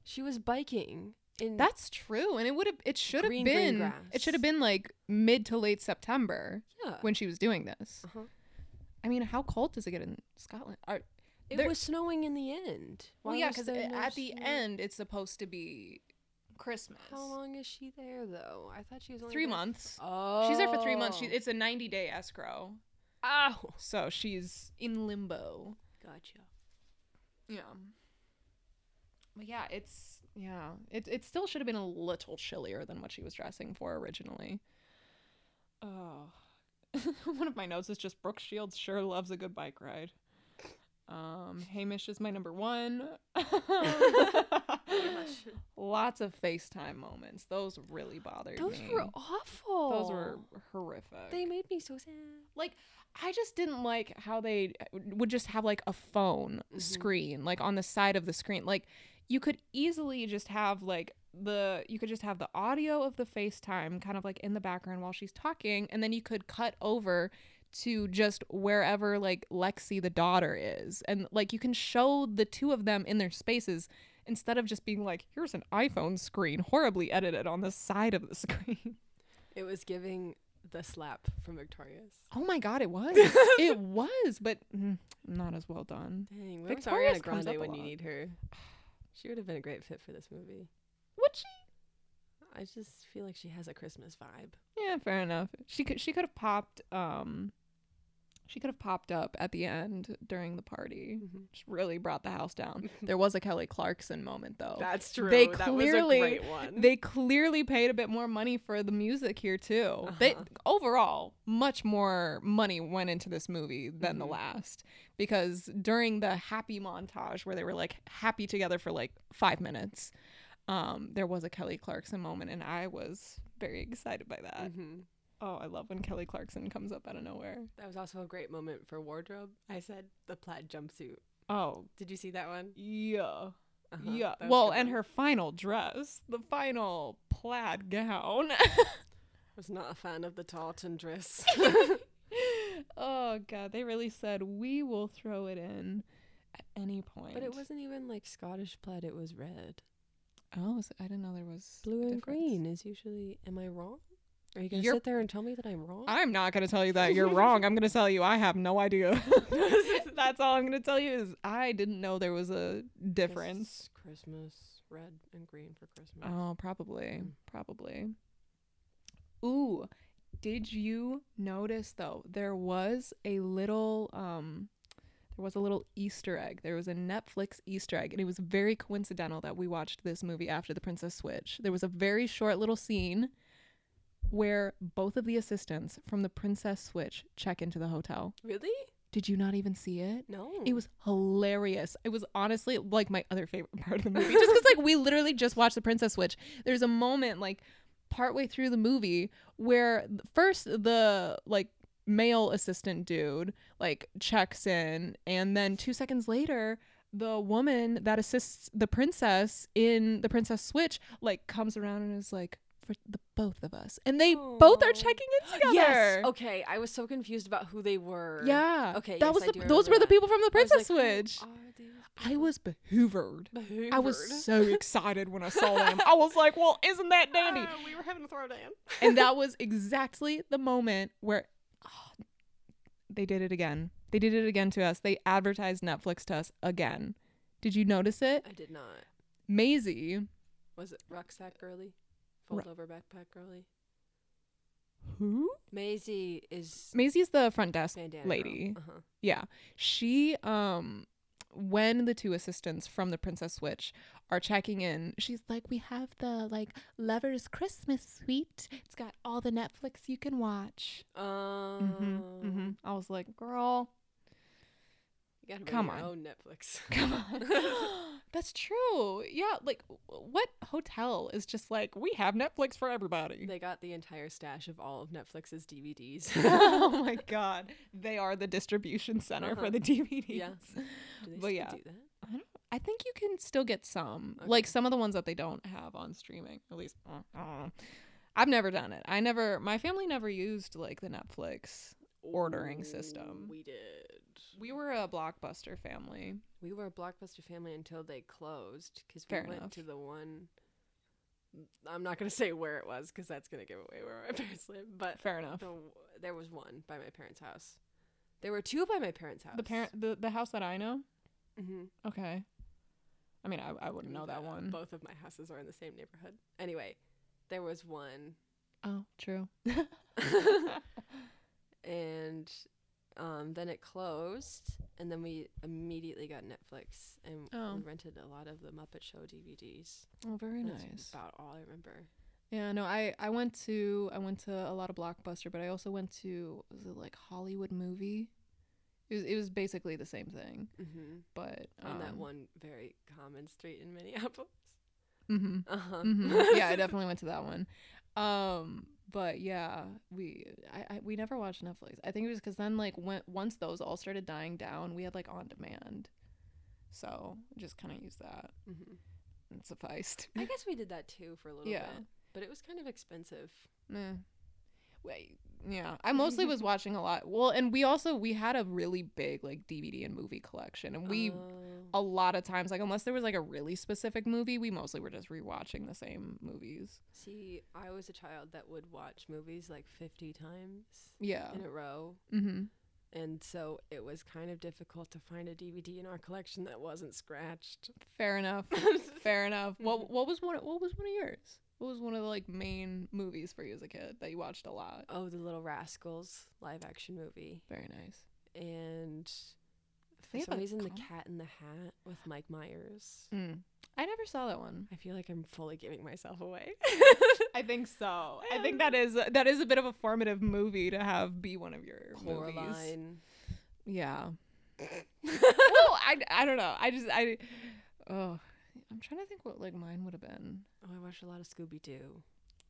She was biking in That's true, and it would have, it should have Green, green been, grass. it should have been like mid to late September yeah. when she was doing this. Uh-huh. I mean, how cold does it get in Scotland? Are, It there- was snowing in the end. Well, Why yeah, was because there no at the snow? end it's supposed to be Christmas. How long is she there though? I thought she was only Three there- months. Oh, She's there for three months. She, it's a 90 day escrow. oh, So she's in limbo. gotcha. Yeah. But yeah, it's. Yeah. It, it still should have been a little chillier than what she was dressing for originally. Oh. One of my notes is just Brooke Shields sure loves a good bike ride. Um, Hamish is my number one. lots of FaceTime moments. Those really bothered Those me. were awful. Those were horrific. They made me so sad. like I just didn't like how they uh, would just have like a phone Mhm. screen like on the side of the screen. Like you could easily just have like the you could just have the audio of the FaceTime kind of like in the background while she's talking and then you could cut over to just wherever like Lexi the daughter is and like you can show the two of them in their spaces instead of just being like here's an iPhone screen horribly edited on the side of the screen. It was giving the slap from Victoria's. Oh my god, it was. it was, but mm, not as well done. Dang, where Victoria's was Ariana comes up Grande a when you lot. need her? She would have been a great fit for this movie. Would she? I just feel like she has a Christmas vibe. Yeah, fair enough. She could she could have popped um she could have popped up at the end during the party. Just really brought the house down. there was a Kelly Clarkson moment though. That's true. They that clearly- was a great one. they clearly paid a bit more money for the music here too. They Uh-huh. overall much more money went into this movie than the Mhm. last because during the happy montage where they were like happy together for like 5 minutes um there was a Kelly Clarkson moment and I was very excited by that. Mhm. Oh, I love when Kelly Clarkson comes up out of nowhere. That was also a great moment for wardrobe. I said the plaid jumpsuit. Oh, Did you see that one? yeah. Uh-huh, Yeah. that was Well, good and one. her final dress, the final plaid gown. was not a fan of the tartan dress. oh god, they really said we will throw it in at any point. but it wasn't even like Scottish plaid, it was red. oh, so I didn't know there was a Blue and difference. green is usually am I wrong? Are you gonna You're- sit there and tell me that I'm wrong? I'm not gonna tell you that you're wrong. I'm gonna tell you I have no idea. That's all I'm gonna tell you is I didn't know there was a This difference. is Christmas red and green for Christmas. Oh, probably. Mm. Probably. Ooh, did you notice though there was a little um there was a little Easter egg. There was a Netflix Easter egg and it was very coincidental that we watched this movie after The Princess Switch. There was a very short little scene where both of the assistants from the Princess Switch check into the hotel. Really? Did you not even see it? No. It was hilarious. It was honestly like my other favorite part of the movie. Just because like we literally just watched The Princess Switch. There's a moment like partway through the movie where th- first the like male assistant dude like checks in and then two seconds later the woman that assists the princess in the princess switch like comes around and is like for the both of us and they both Aw. are checking in together Yes. Okay. I was so confused about who they were. yeah Okay, that yes, was I the, do those remember were the that. people from the I was princess like, hmm. who switch are these i was behoovered people? I was Hoovered. so excited when I saw them. I was like, well, isn't that dandy? Ah, we were having a throwdown. and that was exactly the moment where oh, they did it again. They did it again to us. They advertised Netflix to us again. Did you notice it? I did not. Maisie, Was it rucksack girly? Ru- Fold over backpack girly? who? Maisie is Maisie's the front desk bandana girl. lady. Uh-huh. Yeah. She um when the two assistants from the Princess Switch are checking in, she's like, "We have the like lovers Christmas suite. It's got all the Netflix you can watch." Um, Mm-hmm, hmm I was like, "Girl, You gotta Come Come on. on. Your own Netflix. Come on. That's true. Yeah, like w- what hotel is just like we have Netflix for everybody. they got the entire stash of all of Netflix's DVDs. oh my god. They are the distribution center for Uh-huh. the DVDs. Yeah. Do they But still yeah. do that? I don't I think you can still get some. Like Okay. some of the ones that they don't have on streaming. At least uh, I don't know. I've never done it. I never my family never used like the Netflix. Ordering Ooh, system. We did. We were a blockbuster family. We were a blockbuster family until they closed because we Fair went enough. to the one. I'm not gonna say where it was because that's gonna give away where my parents live. But Fair enough. the, there was one by my parents' house. There were two by my parents' house. The parent the, the house that I know? Mm-hmm. Okay. I mean, I, I wouldn't know that one. Both of my houses are in the same neighborhood. Anyway, there was one, Oh, true. and um, then it closed, and then we immediately got Netflix, and Oh. we rented a lot of the Muppet Show DVDs. Oh, very That's nice. About all I remember. Yeah, no, I I went to I went to a lot of blockbuster, but I also went to was it like Hollywood movie? It was it was basically the same thing, hmm but on that um, one very common street in Minneapolis. mhm, Uh huh. mhm. yeah, I definitely went to that one. Um, but yeah, we I, I we never watched Netflix. I think it was because then like when once those all started dying down, we had like on demand, so just kind of used that hmm and sufficed. I guess we did that too for a little Yeah. bit, but it was kind of expensive. Meh. Wait, yeah. I mostly was watching a lot. Well, and we also we had a really big like DVD and movie collection, and we Oh. a lot of times like unless there was like a really specific movie, we mostly were just rewatching the same movies. see. I was a child that would watch movies like fifty times Yeah. in a row. Mm-hmm. And so it was kind of difficult to find a DVD in our collection that wasn't scratched. Fair enough. Fair enough. What what was one what was one of yours? What was one of the like main movies for you as a kid that you watched a lot? oh, The Little Rascals live action movie. Very nice. And They for have some a reason, The com- Cat in the Hat with Mike Myers. Mm. I never saw that one. I feel like I'm fully giving myself away. I think so. I think that is that is a bit of a formative movie to have be one of your movies. Coraline. Yeah. well, I, I don't know. I just I oh, I'm trying to think what like mine would have been. Oh, I watched a lot of Scooby Doo.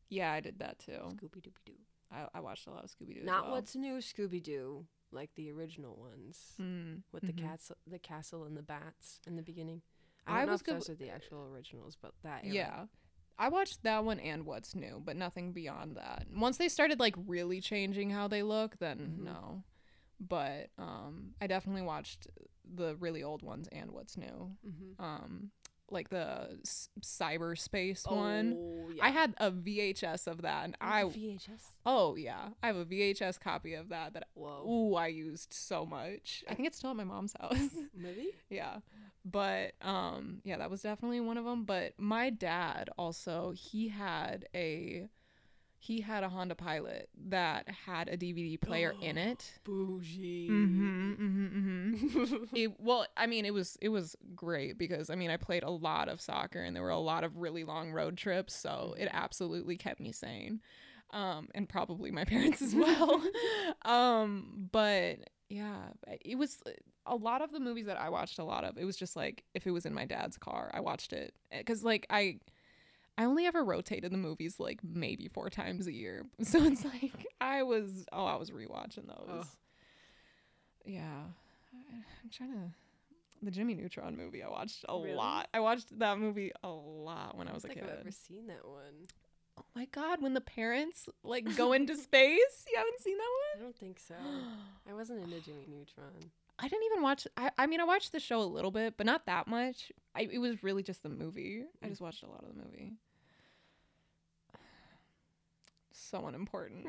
Yeah, I did that too. Scooby Dooby Doo. I, I watched a lot of Scooby Doo. Not well. what's new Scooby Doo, like the original ones Mm, with mhm. the cats, the castle, and the bats in the beginning. I I, don't know was if go- those are the actual originals, but that. Era. Yeah. I watched that one and what's new, but nothing beyond that. Once they started like really changing how they look, then Mhm. no. But um I definitely watched the really old ones and what's new. Mm-hmm. Um like the s- cyberspace one. Oh, I had a VHS of that and I VHS. Oh yeah, I have a VHS copy of that that Whoa. ooh I used so much. Oh. I think it's still at my mom's house. Really? yeah. But um yeah, that was definitely one of them, but my dad also he had a he had a Honda Pilot that had a DVD player in it. Bougie. Mhm. Mhm. Mhm it well i mean it was it was great because i mean i played a lot of soccer and there were a lot of really long road trips so it absolutely kept me sane um, and probably my parents as well. um, but yeah, it was a lot of the movies that I watched. A lot of it was just like if it was in my dad's car, I watched it because like I. I only ever rotated the movies like maybe four times a year. So it's like I was oh, I was rewatching those. Yeah. I- I'm trying to the Jimmy Neutron movie I watched a Really? lot. I watched that movie a lot when I was a like kid. I've ever seen that one. Oh my god, when the parents like go into space. You haven't seen that I don't think so. one? I wasn't into Jimmy Neutron. I didn't even watch I, I mean I watched the show a little bit, but not that much. I it was really just the movie. I just watched a lot of the movie. So unimportant.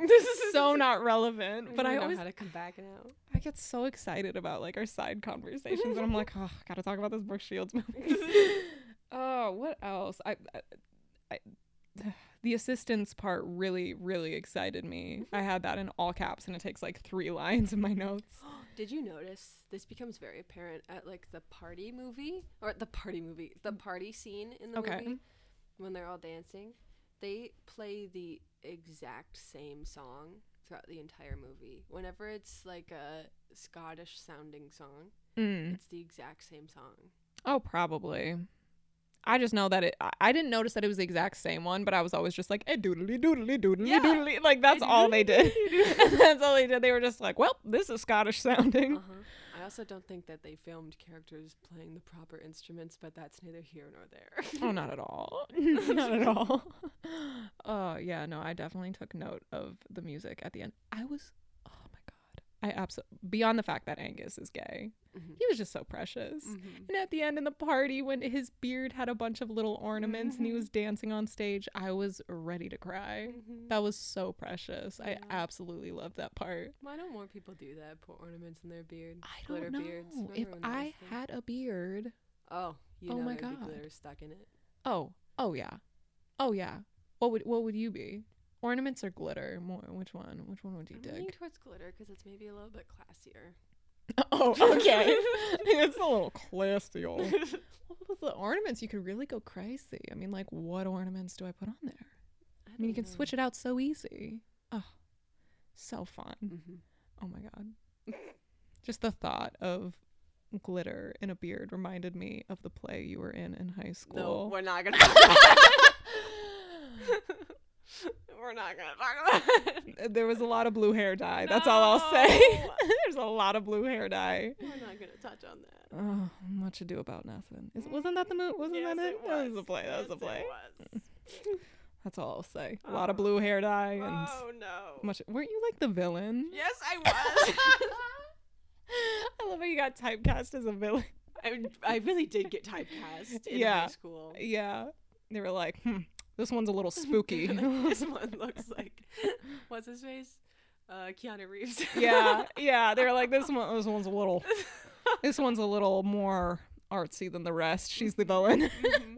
so not relevant. But I know always how to come back now. I get so excited about like our side conversations, and I'm like, oh, gotta talk about this Brooke Shields movie. oh, what else? I, I, I, the assistance part really, really excited me. I had that in all caps, and it takes like three lines of my notes. Did you notice this becomes very apparent at like the party movie or the party movie, the party scene in the Okay. movie when they're all dancing? They play the exact same song throughout the entire movie. Whenever it's like a Scottish sounding song, Mm. it's the exact same song. Oh, probably. I just know that it. I- I didn't notice that it was the exact same one, but I was always just like, eh, doodly doodly doodly Yeah. doodly. Like that's all they did. that's all they did. They were just like, well, this is Scottish sounding. Uh-huh. I also don't think that they filmed characters playing the proper instruments, but that's neither here nor there. Oh, not at all. not at all. Uh, yeah, no, I definitely took note of the music at the end. I was, oh my god, I absolutely beyond the fact that Angus is gay. Mhm. He was just so precious. Mhm. And at the end in the party, when his beard had a bunch of little ornaments and he was dancing on stage, I was ready to cry. Mhm. That was so precious. I Yeah. absolutely loved that part. Why don't more people do that? Put ornaments in their beard. I don't glitter know beards. if Remember when that I was a thing? had a beard. Oh, you Oh know my there'd God. be glitter stuck in it. Oh, oh yeah, oh yeah. What would what would you be? Ornaments or glitter? More, which one? Which one would you I'm leaning dig? towards glitter because it's maybe a little bit classier. Oh, okay. it's a little classy. Oh. old. What was the ornaments? You could really go crazy. I mean, like, what ornaments do I put on there? I mean, you can switch it out so easy. Oh, so fun. Mm-hmm. Oh my god. Just the thought of glitter in a beard reminded me of the play you were in in high school. No, we're not gonna. Talk about we're not gonna talk about that. There was a lot of blue hair dye. That's all I'll say. No. There's a lot of blue hair dye. We're not gonna touch on that. Oh, much ado about nothing. Is, wasn't that the movie? Wasn't Yes, that it? it That was the was. play. That was the Yes, play. it was. That's all I'll say. A lot of Oh. blue hair dye and Oh no. much. Weren't you like the villain? Yes, I was. I love how you got typecast as a villain. I, I really did get typecast in Yeah. high school. Yeah. They were like, hmm, this one's a little spooky. Like, this one looks like what's his face? Uh, Keanu Reeves. yeah, yeah. They were like, this one, this one's a little, this one's a little more artsy than the rest. She's the villain. Mhm.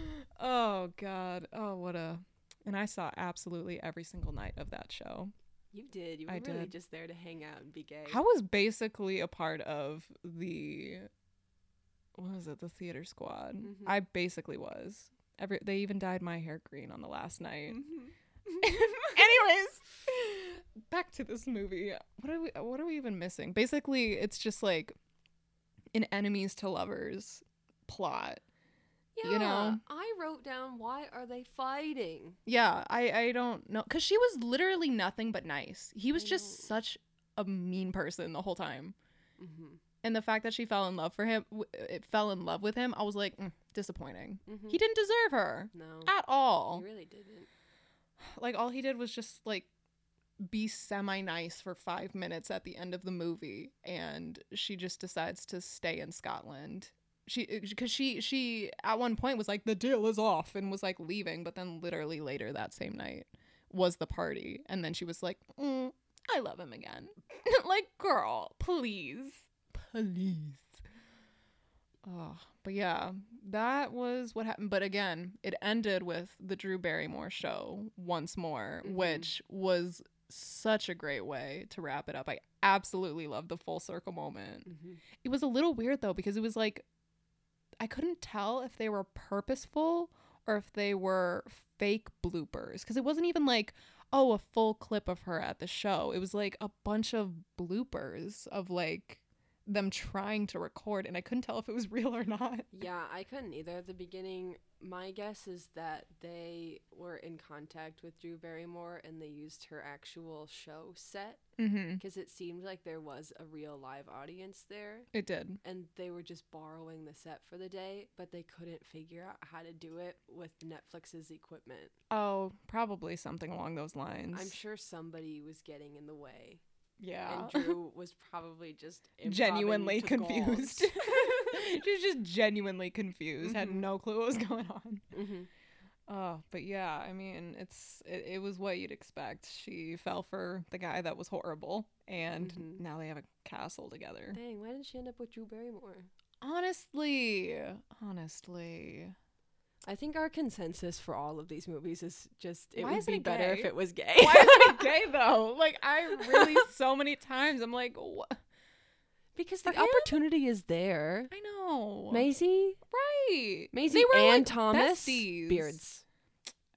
Oh God. Oh what a and I saw absolutely every single night of that show. You did. You were I really did. just there to hang out and be gay. I was basically a part of the what was it, the theater squad. Mhm. I basically was. Every they even dyed my hair green on the last night. Mhm. Anyways, back to this movie. What are we what are we even missing? Basically, it's just like an enemies to lovers plot. yeah, you know. I wrote down why are they fighting? Yeah, I I don't know cuz she was literally nothing but nice. He was I just know. such a mean person the whole time. Mm-hmm. And the fact that she fell in love for him, w- it fell in love with him, I was like, mm, disappointing. Mm-hmm. He didn't deserve her no, at all. Mm. he really didn't. Like all he did was just like be semi nice for 5 minutes at the end of the movie and she just decides to stay in Scotland. She cuz she she at one point was like the deal is off and was like leaving, but then literally later that same night was the party and then she was like, mm, I love him again. like girl, please. Please. Oh, but yeah, that was what happened. But again, it ended with the Drew Barrymore show once more, Mhm. which was such a great way to wrap it up. I absolutely loved the full circle moment. Mm-hmm. It was a little weird though, because it was like I couldn't tell if they were purposeful or if they were fake bloopers. Because it wasn't even like, oh, a full clip of her at the show. It was like a bunch of bloopers of like them trying to record, and I couldn't tell if it was real or not. Yeah, I couldn't either at the beginning. My guess is that they were in contact with Drew Barrymore and they used her actual show set Mm-hmm. because it seemed like there was a real live audience there It did. and they were just borrowing the set for the day, but they couldn't figure out how to do it with Netflix's equipment. Oh, probably something along those lines. I'm sure somebody was getting in the way. Yeah. And Drew was probably just improvising Genuinely to gold. confused. She's just genuinely confused. Had Mhm. no clue what was going on. Mhm. Mm-hmm. Oh, but yeah, I mean, it's it, it was what you'd expect. She fell for the guy that was horrible, and Mhm. now they have a castle together. Dang, why didn't she end up with Drew Barrymore? honestly, honestly, I think our consensus for all of these movies is just it Why would isn't be it better if gay? it was gay. why is it gay though? Like I really so many times I'm like, wha because For the him? opportunity is there. I know, Maisie, right? Maisie, They were, and like, Thomas besties. Beards.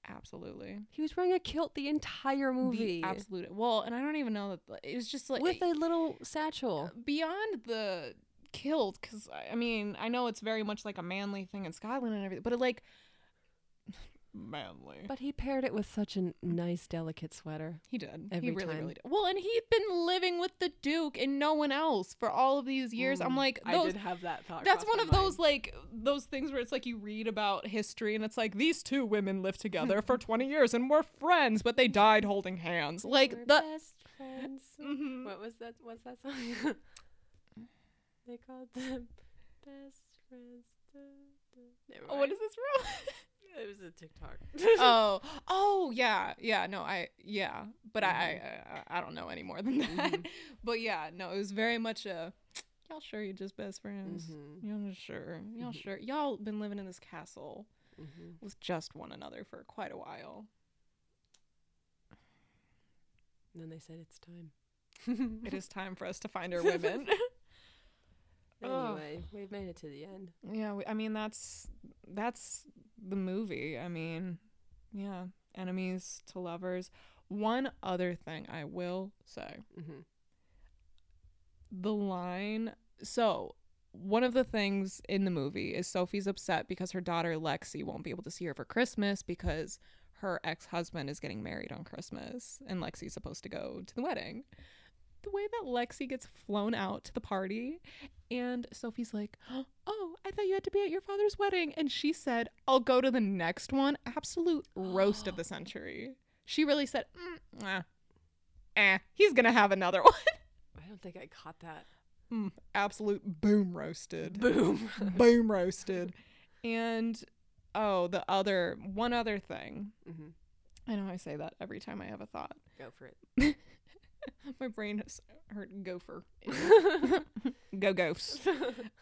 Absolutely, He was wearing a kilt the entire movie the absolute. Well, and I don't even know that it was just like with a little satchel. beyond the killed because i mean i know it's very much like a manly thing in scotland and everything but it like manly But he paired it with such a nice, delicate sweater. he did every he really time. really did well and he'd been living with the duke and no one else for all of these years Mm, i'm like those have that thought. that's one of those like those things where it's like you read about history and it's like these two women lived together for 20 years and were friends but they died holding hands like the best friends. Mhm. Mm, What was that? What's that song? they called them best friends. Da, da. Never oh, what mind. is this from It was a TikTok. oh, oh yeah, yeah. No, I yeah, but I, I I I don't know any more than that. Mhm. But yeah, no, it was very much a y'all sure you're just best friends. Mhm. Y'all sure, y'all Mhm. sure. Y'all been living in this castle Mm-hmm. with just one another for quite a while. Then they said it's time. It is time for us to find our women. Ugh. anyway, we've made it to the end. yeah, we, I mean that's that's the movie. I mean, yeah, enemies to lovers. One other thing I will say. Mm-hmm. the line so one of the things in the movie is Sophie's upset because her daughter Lexi won't be able to see her for Christmas because her ex-husband is getting married on Christmas and Lexi's supposed to go to the wedding. The way that Lexi gets flown out to the party and Sophie's like, "Oh, I thought you had to be at your father's wedding." And she said, "I'll go to the next one." Absolute roast of the century. She really said, mm, eh, eh, he's going to have another one I don't think I caught that. mm, absolute boom roasted Boom. boom roasted and oh the other one other thing mm-hmm. i know i say that every time i have a thought Go for it. my brain has hurt gopher go gophs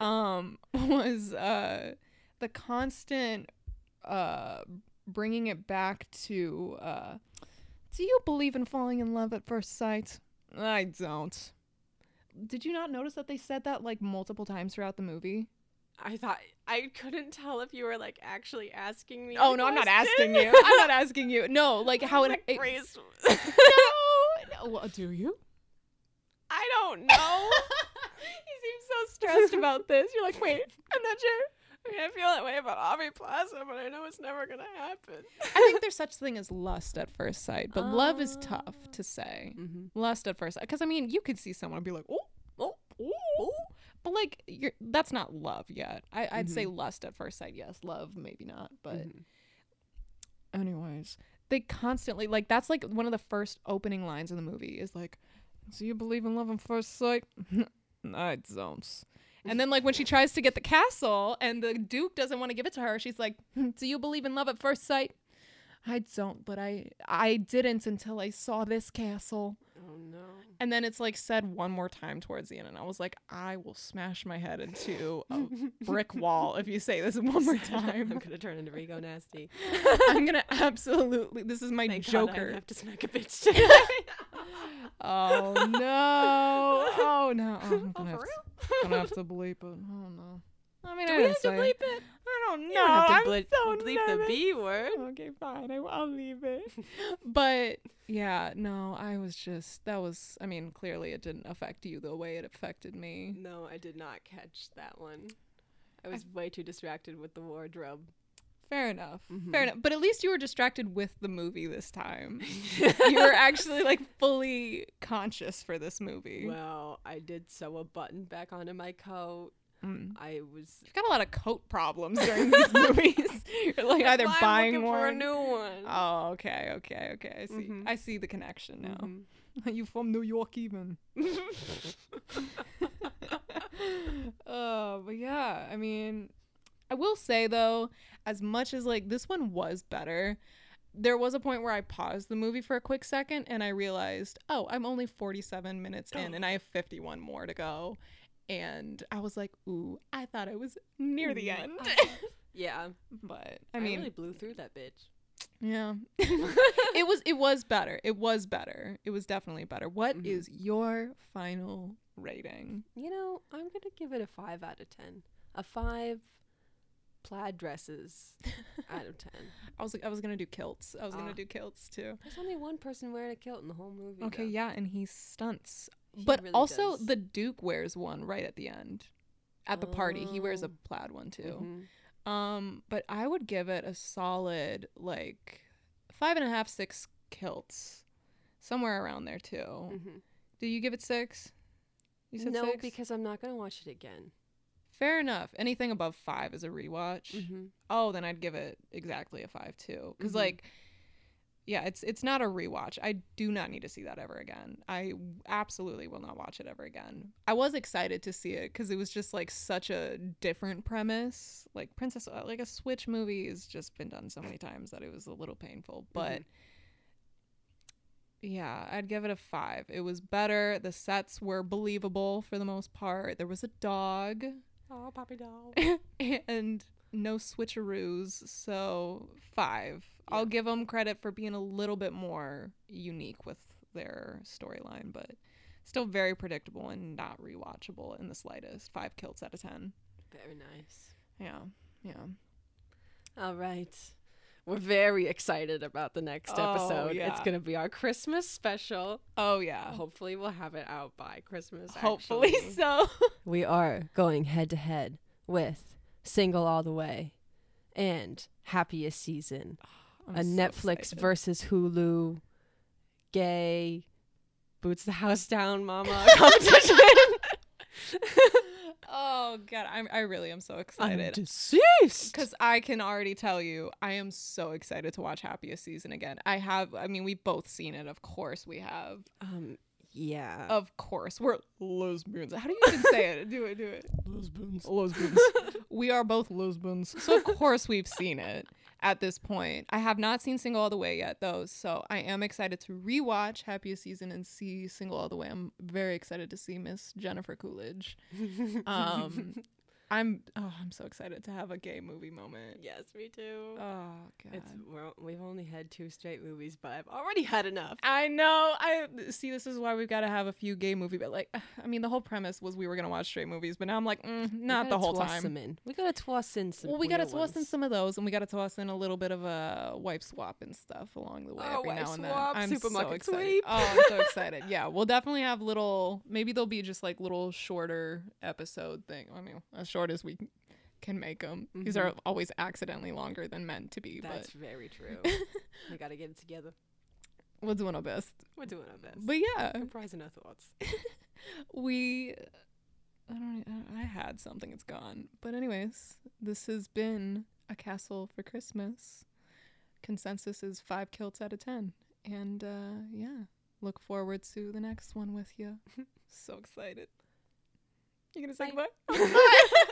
um was uh the constant uh bringing it back to uh do you believe in falling in love at first sight i don't did you not notice that they said that like multiple times throughout the movie I thought I couldn't tell if you were like actually asking me. Oh the no, I'm not asking question. you. I'm not asking you. No, like how My it. it brace- no, no. Well, uh, do you? I don't know. you seem so stressed about this. You're like, wait, I'm not sure. I mean, I feel that way about Avi Plaza, but I know it's never gonna happen. I think there's such thing as lust at first sight, but love is tough Ah. to say. Mm-hmm. Lust at first sight, because I mean, you could see someone and be like, oh, oh, oh, but like, you're that's not love yet. I, I'd say lust at first sight, yes. Love, maybe not, but. anyways they constantly like that's like one of the first opening lines in the movie is like do you believe in love at first sight i don't and then like when she tries to get the castle and the duke doesn't want to give it to her she's like "Hmm, do you believe in love at first sight i don't but i i didn't until i saw this castle Oh no. and then it's like said one more time towards the end and i was like i will smash my head into a brick wall if you say this one more time I'm gonna turn into Rigo Nasty. i'm gonna absolutely this is my Thank God I joker don't have to smack a bitch today. Oh no! Oh no! Oh, I'm, oh, gonna have for to, real? I'm gonna have to bleep it. Oh no! I mean, Do I we didn't have to say. bleep it? I don't know. You don't have to I'm ble- so bleep the nervous. B word. Okay, fine. I, will leave it. but yeah, no, I was just that was. I mean, clearly it didn't affect you the way it affected me. No, I did not catch that one. I was way too distracted with the wardrobe. Fair enough. Fair enough. But at least you were distracted with the movie this time. you were actually like fully conscious for this movie. Well, I did sew a button back onto my coat. Mm. I was You've got a lot of coat problems during these movies. You're like either I'm buying looking one. for a new one. Oh, okay, okay, okay. I see. Mhm. I see the connection now. Mhm. you from New York, even. uh, but yeah, I mean, I will say though, as much as like this one was better, there was a point where I paused the movie for a quick second and I realized, oh, I'm only 47 minutes in and I have 51 more to go. And I was like, ooh, I thought I was near the Mm, Ooh, end. Yeah, but I mean, really blew through that bitch. yeah. it was it was better. It was better. It was definitely better. What is Mhm. your final rating? You know, I'm gonna give it a five out of ten. A five plaid dresses out of ten. I was I was going to do kilts. I was going Ah. to do kilts too. There's only one person wearing a kilt in the whole movie. Okay, though. yeah, and he stunts. He but really also does. the duke wears one right at the end. At the party, he wears a Oh. plaid one too. Mhm. Um, but I would give it a solid like five and a half, six kilts, somewhere around there too. Mhm. Do you give it six? You said No, six? because I'm not gonna watch it again. Fair enough. Anything above five is a rewatch. Mm-hmm. Oh, then I'd give it exactly a five too. Because Mhm. like, yeah, it's it's not a rewatch. I do not need to see that ever again. I absolutely will not watch it ever again. I was excited to see it because it was just like such a different premise. Like Princess, uh, like a Switch movie has just been done so many times that it was a little Mm-hmm. painful, but. Mm-hmm. Yeah, I'd give it a five. It was better. The sets were believable for the most part. There was a dog. Oh, Poppy doll. and no switcheroos. So five. I'll Yeah. give them credit for being a little bit more unique with their storyline, but still very predictable and not rewatchable in the slightest. Five kilts out of ten. Very nice. Yeah, yeah. All right. We're very excited about the next Oh, episode. It's yeah. going to be our Christmas special. Oh yeah. Hopefully, we'll have it out by Christmas. Hopefully actually. so. We are going head to head with Single All the Way and Happiest Season, I'm a so Netflix excited. versus Hulu gay boots the house down mama competition. Oh god, I'm, I really am so excited. deceased. Because I can already tell you, I am so excited to watch Happiest Season again. I have, I mean, we've both seen it. Of course we have. Um, yeah. Of course. We're lesbians. How do you even say it? Do it, do it. Lesbians. Lesbians. we are both lesbians. So, of course, we've seen it at this point. I have not seen Single All the Way yet, though. So, I am excited to rewatch Happiest Season and see Single All the Way. I'm very excited to see Miss Jennifer Coolidge. Um, I'm, oh, I'm so excited to have a gay movie moment. yes, me too. Oh, God. it's we're, we've only had two straight movies, but I've already had enough. I know. I see. This is why we've got to have a few gay movie. But like, I mean, the whole premise was we were gonna watch straight movies, but now I'm like, mm, not the whole time. We gotta toss in some. well, we got to queer toss in ones. some of those, and we got to toss in a little bit of a wife swap and stuff along the way Oh, every wife now and swap, then. I'm so supermarket excited. sweep. Oh, I'm so excited. Yeah, we'll definitely have little. Maybe they'll be just like little shorter episode thing. I mean, as short as we can make them. These are always accidentally longer than meant to be, Mm-hmm. That's very true. we got to get it together. but we'll do our best. We're doing our best. But yeah. Comprising our thoughts. we I don't e, I- I had something it's gone. But anyways, this has been a castle for Christmas. Consensus is 5 kilts out of 10. And uh yeah, look forward to the next one with you. so excited. You going to say Bye. goodbye?